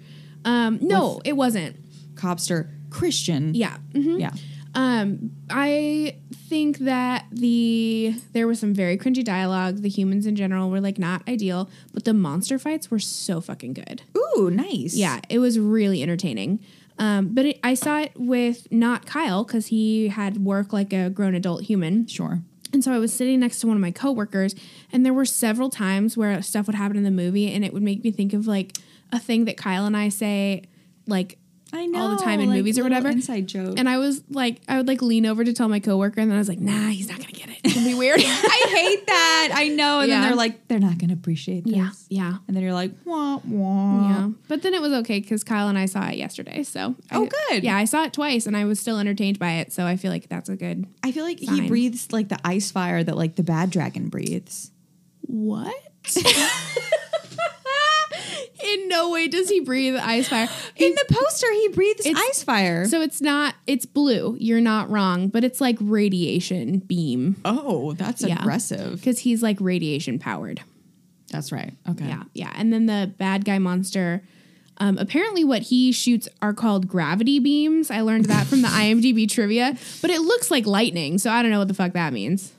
Um, no, it wasn't. Cobster Christian. Yeah. hmm Yeah. Um, I think that the there was some very cringy dialogue. The humans in general were like not ideal, but the monster fights were so fucking good. Ooh, nice. Yeah, it was really entertaining. Um, but it, I saw it with not Kyle because he had work like a grown adult human. Sure. And so I was sitting next to one of my coworkers, and there were several times where stuff would happen in the movie, and it would make me think of like a thing that Kyle and I say, like I all the time in like, movies or little whatever. Inside joke. And I was like, I would like lean over to tell my coworker, and then I was like, Nah, he's not gonna get it. It'll be weird. I hate that. I know. And Yeah. then they're like, they're not going to appreciate this. yeah, yeah, And then you're like, wah, wah. yeah. But then it was okay because Kyle and I saw it yesterday. So Oh, I- good. Yeah, I saw it twice, and I was still entertained by it. So I feel like that's a good I feel like he Fine. breathes like the ice fire that like the bad dragon breathes. what. In no way does he breathe ice fire. In the poster, he breathes It's- ice fire. So it's not, it's blue. You're not wrong, but it's like radiation beam oh, that's Yeah. aggressive. because he's like radiation powered. That's right. Okay. Yeah. Yeah. And then the bad guy monster. Um, apparently, what he shoots are called gravity beams. I learned that from the IMDb trivia, but it looks like lightning, so I don't know what the fuck that means.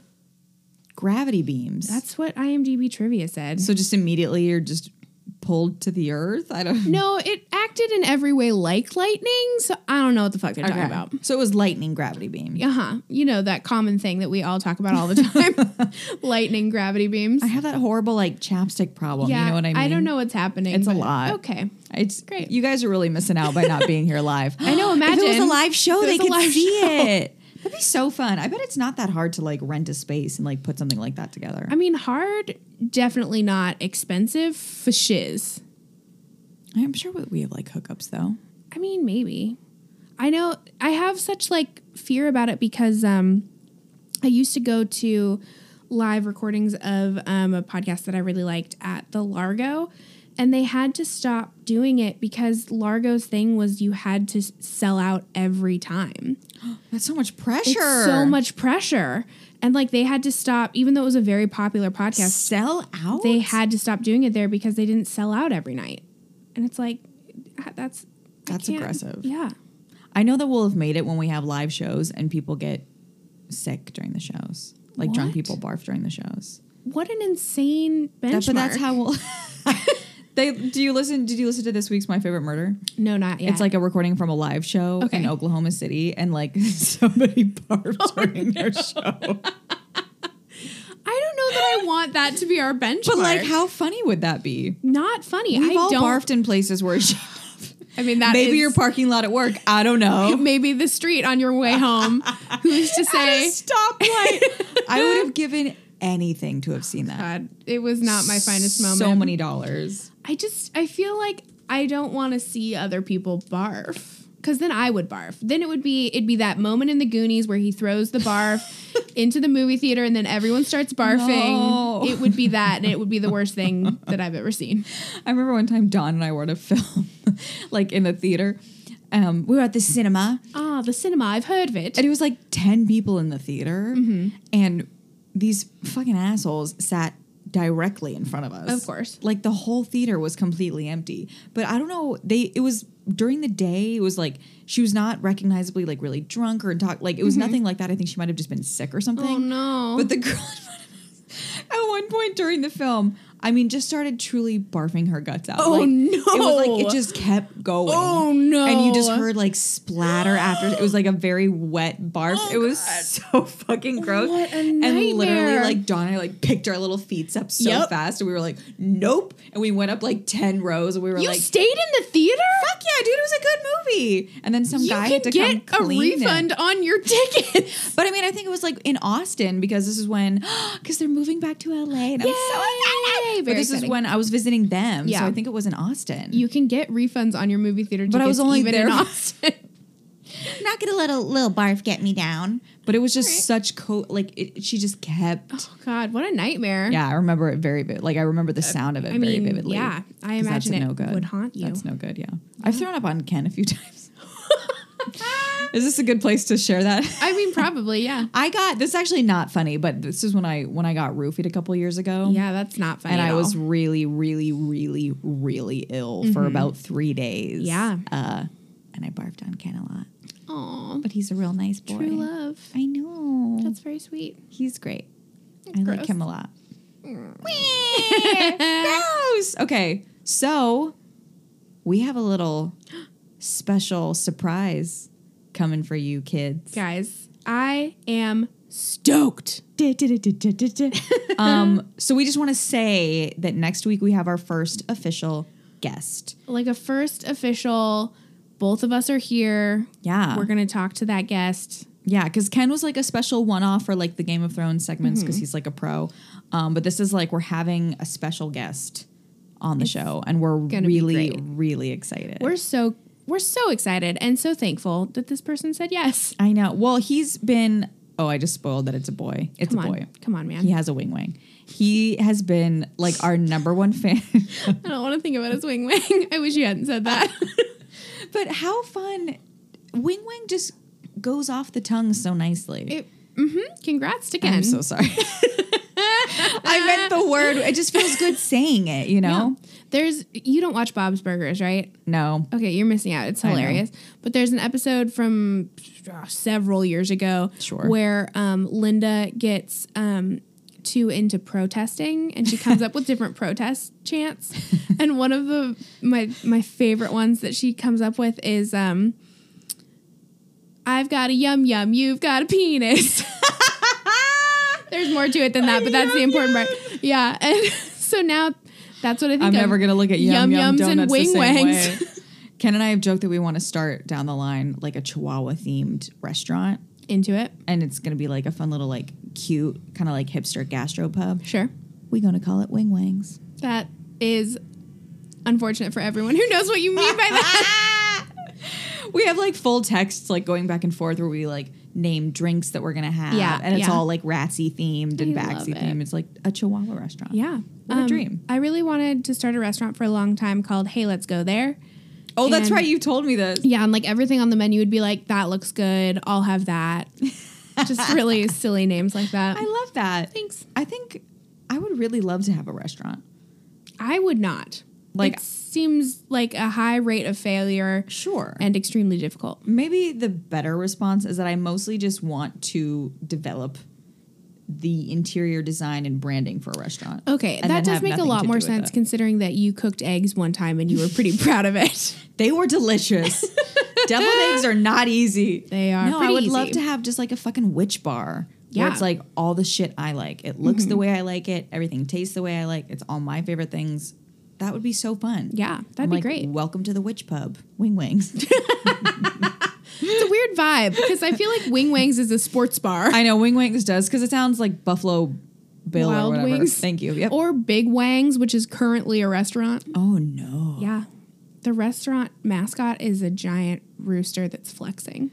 Gravity beams. That's what IMDb trivia said. so just immediately you're just pulled to the earth. I don't No, it acted in every way like lightning, so I don't know what the fuck they're talking about. So it was lightning gravity beam. Uh huh. You know that common thing that we all talk about all the time: lightning, gravity beams. I have that horrible like chapstick problem. you know what I mean? I don't know what's happening. It's a but- lot. Okay. It's great. You guys are really missing out by not being here live. I know, If it was a imagine. live show, If it they was a could live see show. it. That'd be so fun. I bet it's not that hard to like rent a space and like put something like that together. I mean, hard, definitely not expensive for shiz. I'm sure we- we have like hookups though. I mean, maybe. I know I have such like fear about it because um I used to go to live recordings of um a podcast that I really liked at the Largo and they had to stop doing it because Largo's thing was you had to s- sell out every time. That's so much pressure. It's so much pressure. And like they had to stop even though it was a very popular podcast Sell out. they had to stop doing it there because they didn't sell out every night. And it's like, ah, that's I That's can't- aggressive. Yeah. I know that we'll have made it when we have live shows and people get sick during the shows. Like drunk What? people barf during the shows. What an insane benchmark. That, but that's how we'll. they do you listen? Did you listen to this week's My Favorite Murder? No, not yet. It's like a recording from a live show Okay. in Oklahoma City, and like somebody barfed during their show. I don't know that I want that to be our benchmark. But like, how funny would that be? Not funny. We've I all don't. barfed in places where it's- I mean, that maybe is- your parking lot at work. I don't know. maybe the street on your way home. Who's to say? stoplight. I would have given anything to have seen that. God, it was not my finest moment. So many dollars. I just I feel like I don't want to see other people barf because then I would barf. Then it would be it'd be that moment in the Goonies where he throws the barf into the movie theater and then everyone starts barfing. No. It would be that, and it would be the worst thing that I've ever seen. I remember one time Don and I were at a film, like in the theater. Um, we were at the cinema, Ah, the cinema. I've heard of it. and it was like 10 people in the theater. Mm-hmm. And these fucking assholes sat directly in front of us. Of course. Like the whole theater was completely empty. But I don't know, they it was during the day, it was like she was not recognizably like really drunk or talk like it was nothing like that. I think she might have just been sick or something. Mm-hmm. Oh no! But the girl in front of us, at one point during the film, I mean, just started truly barfing her guts out. Oh, Like, It was like no. it just kept going. Oh, no. And you just heard like splatter after. It was like a very wet barf. it was so fucking gross. Oh, What a And literally, nightmare. like Dawn and I like picked our little feet up so Yep. fast, and we were like, "Nope!" And we went up like ten rows, and we were you like. stayed in the theater. Fuck yeah, dude! It was a good movie, and then some You guy can had to get come a clean it. refund on your ticket. But I mean, I think it was like in Austin because this is when, because they're moving back to LA. And I'm so excited. But Very this is exciting. when I was visiting them. Yeah. So I think it was in Austin. you can get refunds on your movie theater tickets. But I was only even in there- Austin. not going to let a little barf get me down. But it was just such, co- like, it, she just kept. oh God, what a nightmare! Yeah, I remember it very vivid. Like, I remember the sound of it Uh, I very mean, vividly. yeah, I 'Cause imagine that's it no good. would haunt you. That's no good, yeah. I've thrown up on Ken a few times. is this a good place to share that? I mean, probably, yeah. I got this is actually not funny, but this is when I when I got roofied a couple years ago. Yeah, that's not funny. and at I all. was really, really, really, really ill for about three days. Mm-hmm. Yeah. uh, and I barfed on Ken a lot, Aw, but he's a real nice boy. true love. I know That's very sweet. he's great. I like Gross. him a lot. Gross. Okay, so we have a little special surprise coming for you, kids. Guys, I am stoked. um, so we just want to say that next week we have our first official guest. like a first official. Both of us are here. Yeah. We're going to talk to that guest. Yeah, because Ken was like a special one-off for like the Game of Thrones segments Mm-hmm. because he's like a pro. Um, but this is like we're having a special guest on the show, and we're gonna be really, great. really excited. We're so we're so excited and so thankful that this person said yes. I know. Well, he's been. Oh, I just spoiled that it's a boy. It's Come a on. boy. Come on, man. He has a wing wing. He has been like our number one fan. I don't want to think about his wing wing. I wish you hadn't said that. But how fun! Wing Wing just goes off the tongue so nicely. it, hmm Congrats to Ken. I'm so sorry. I meant the word. It just feels good saying it. You know? There's you don't watch Bob's Burgers, right? No. Okay, you're missing out. It's know. hilarious. But there's an episode from uh, several years ago Sure. where um, Linda gets um, too into protesting and she comes up with different protest chants. And one of the my my favorite ones that she comes up with is um I've got a yum yum, you've got a penis. There's more to it than that, but that's the important part. Yeah. And so now that's what I think I'm of. never gonna look at yum yum Yum Yums and donuts the Wing same Wangs. way. Ken and I have joked that we want to start down the line like a Chihuahua themed restaurant, into it. and it's gonna be like a fun little like cute kind of like hipster gastro pub. Sure. We're gonna call it Wing Wangs. That is unfortunate for everyone who knows what you mean by that. We have like full texts like going back and forth where we like name drinks that we're gonna have, Yeah, and it's yeah. all like ratsy themed and I love backsy it. themed. It's like a Chihuahua restaurant. yeah. What a dream. Um, I really wanted to start a restaurant for a long time called Hey Let's Go There. Oh, that's And- right. You told me this. Yeah, and like everything on the menu would be like, that looks good, I'll have that. Just really silly names like that. I I, love that. Thanks. I think I would really love to have a restaurant. would not. Like- Like it seems like a high rate of failure Sure. and extremely difficult. maybe the better response is that I mostly just want to develop the interior design and branding for a restaurant. Okay, And then that does have make a nothing lot to more do with sense it. considering that you cooked eggs one time and you were pretty proud of it. They were delicious. Deviled eggs are not easy. They are No, I pretty would love easy. to have just like a fucking witch bar. Where Yeah. Mm-hmm. it's like all the shit I like. It looks the way I like it. Everything tastes the way I like. It's all my favorite things. That would be so fun. Yeah, that'd I'm be like, great. Welcome to the witch pub, Wing Wings. It's a weird vibe because I feel like Wing Wangs is a sports bar. I know Wing Wings does because it sounds like Buffalo Bill Wild or whatever. Wings. Oh. Thank you. Yep. Or Big Wangs, which is currently a restaurant. oh no. Yeah. The restaurant mascot is a giant rooster that's flexing.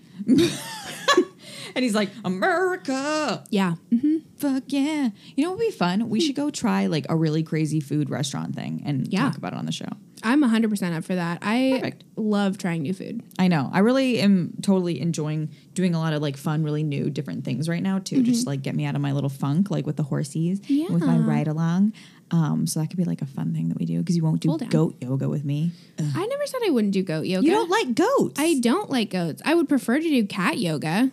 And he's like, America, Yeah. Mm-hmm. fuck yeah. You know what would be fun? We should go try like a really crazy food restaurant thing and Hmm. Yeah. talk about it on the show. I'm 100% up for that. I Perfect. love trying new food. I know. I really am totally enjoying doing a lot of like fun, really new, different things right now too. Just to, like get me out of my little funk, like with the horses and with my Mm-hmm. Yeah. ride along. Um, so that could be like a fun thing that we do because you won't do Cool down. goat yoga with me. I never said I wouldn't do goat yoga. You don't like goats. I don't like goats. I would prefer to do cat yoga.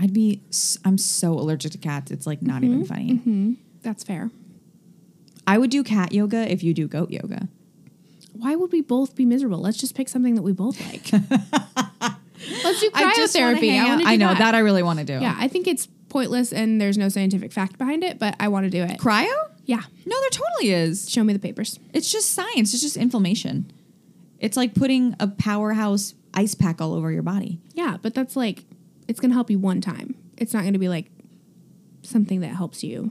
I'd be. s- I'm so allergic to cats. It's like not Mm-hmm. even funny. That's fair. I would do cat yoga if you do goat yoga. Why would we both be miserable? Let's just pick something that we both like. Let's do I just wanna cryotherapy. hang I, out. wanna do I know that. I really want to do. Yeah, I think it's pointless and there's no scientific fact behind it, but I want to do it. Cryo? Yeah. No, there totally is. Show me the papers. It's just science. It's just inflammation. It's like putting a powerhouse ice pack all over your body. Yeah, but that's like it's going to help you one time. It's not going to be like something that helps you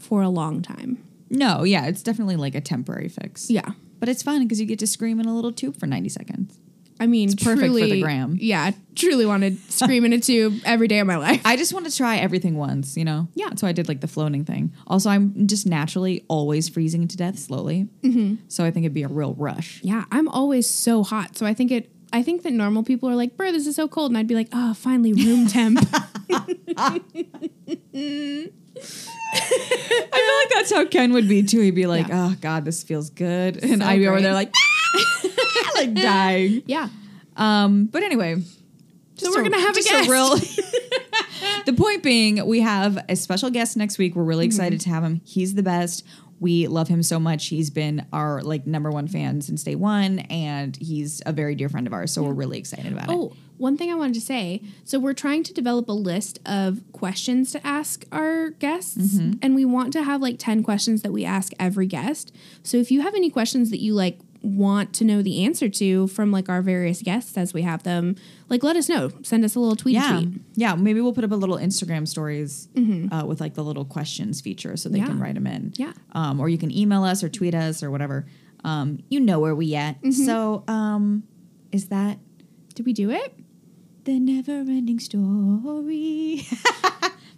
for a long time. No, yeah, it's definitely like a temporary fix. Yeah. But it's fun because you get to scream in a little tube for 90 seconds. I mean, perfect for the truly, gram. Yeah, truly want to scream in a tube every day of my life. I just want to try everything once, you know? Yeah. That's why I did like the floating thing. Also, I'm just naturally always freezing to death slowly. Mm-hmm. So I think it'd be a real rush. yeah, I'm always so hot, so I think it. I think that normal people are like, "Bro, this is so cold," and I'd be like, "Oh, finally room temp." I feel like that's how Ken would be too. He'd be like, Yeah. oh, God, this feels good. And So I'd be over great. there like, like dying. yeah, Um, but anyway, just we're gonna have a just guest. real- the point being, we have a special guest next week. We're really excited to have him. He's the best. We love him so much. He's been our like number one fan since day one, and he's a very dear friend of ours. So we're really excited about it. Oh, one thing I wanted to say. So we're trying to develop a list of questions to ask our guests, Mm-hmm. and we want to have like 10 questions that we ask every guest. So if you have any questions that you like want to know the answer to from like our various guests as we have them, like let us know. Send us a little tweet Yeah, tweet. yeah. Maybe we'll put up a little Instagram stories uh, with like the little questions feature, so they Mm-hmm. Yeah. can write them in. Yeah. um, or you can email us or tweet us or whatever. Um, you know where we at. Mm-hmm. So, um, is that Did we do it? The never ending story.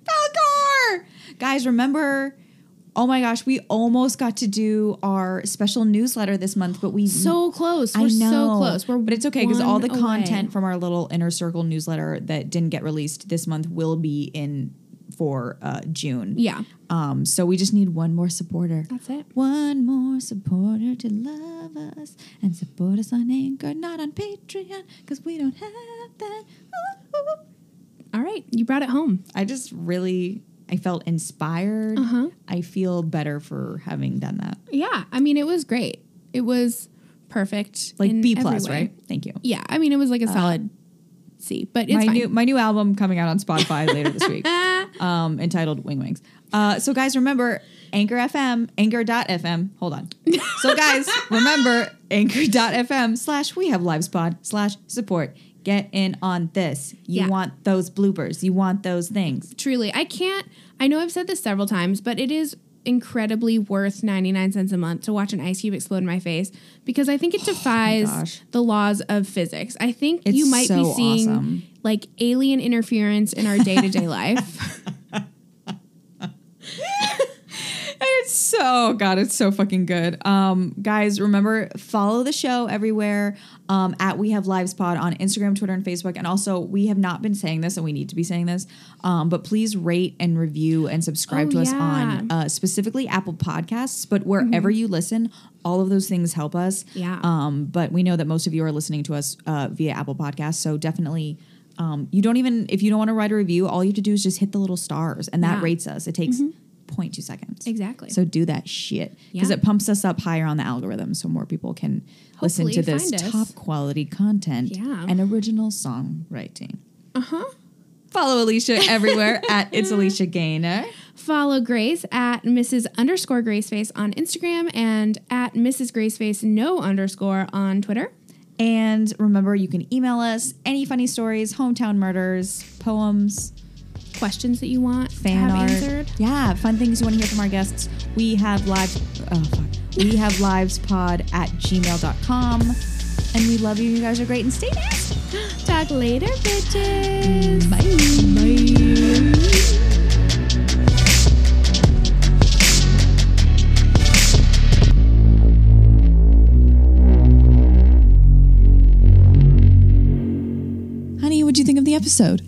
Falcor! Guys, remember, oh my gosh, we almost got to do our special newsletter this month, but we. So close. Mm-hmm. I We're know, so close. We're but it's okay because all the one content away. from our little inner circle newsletter that didn't get released this month will be in for uh, June. Yeah. Um. So we just need one more supporter. That's it. One more supporter to love us and support us on Anchor, not on Patreon, because we don't have that. Ooh, ooh, ooh. All right. You brought it home. I just really, I felt inspired. Uh-huh. I feel better for having done that. Yeah, I mean, it was great. It was perfect. Like in B every plus, way. right? Thank you. Yeah, I mean, it was like a solid C, but it's my fine. new my new album coming out on Spotify later this week, um, entitled Wing Wings. Uh, so guys, remember Anchor FM, Anchor.fm. Hold on. So guys, remember Anchor.fm slash We Have Lives Pod slash support. Get in on this. You Yeah. want those bloopers. You want those things. Truly, I can't. I know I've said this several times, but it is incredibly worth 99 cents a month to watch an ice cube explode in my face because I think it Oh gosh. defies the laws of physics. I think It's you might be so seeing awesome. like alien interference in our day to day life. It's so god, it's so fucking good. Um, guys, remember follow the show everywhere um, at We Have Lives Pod on Instagram, Twitter, and Facebook. And also, we have not been saying this, and we need to be saying this. Um, but please rate and review and subscribe Oh, to us yeah. on Mm-hmm. uh, specifically Apple Podcasts. But wherever you listen, all of those things help us. Yeah. Um, but we know that most of you are listening to us uh, via Apple Podcasts, so definitely. Um, you don't even if you don't want to write a review, all you have to do is just hit the little stars, and that Yeah. Mm-hmm. rates us. It takes 0.2 seconds. Exactly. So do that shit because Yeah. it pumps us up higher on the algorithm, so more people can listen to Hopefully this find us. top quality content Yeah. Uh-huh. and original songwriting. Uh huh. Follow Alicia everywhere at it's Alicia Gaynor. Follow Grace at Mrs. underscore Graceface on Instagram and at Mrs. Graceface no underscore on Twitter. And remember, you can email us any funny stories, hometown murders, poems, Questions that you want fan to have art. answered. Yeah, fun things you want to hear from our guests. We have live oh fuck. We have livespod at gmail.com. And we love you. You guys are great and stay nasty. Talk later, bitches. Bye. Honey, what'd you think of the episode?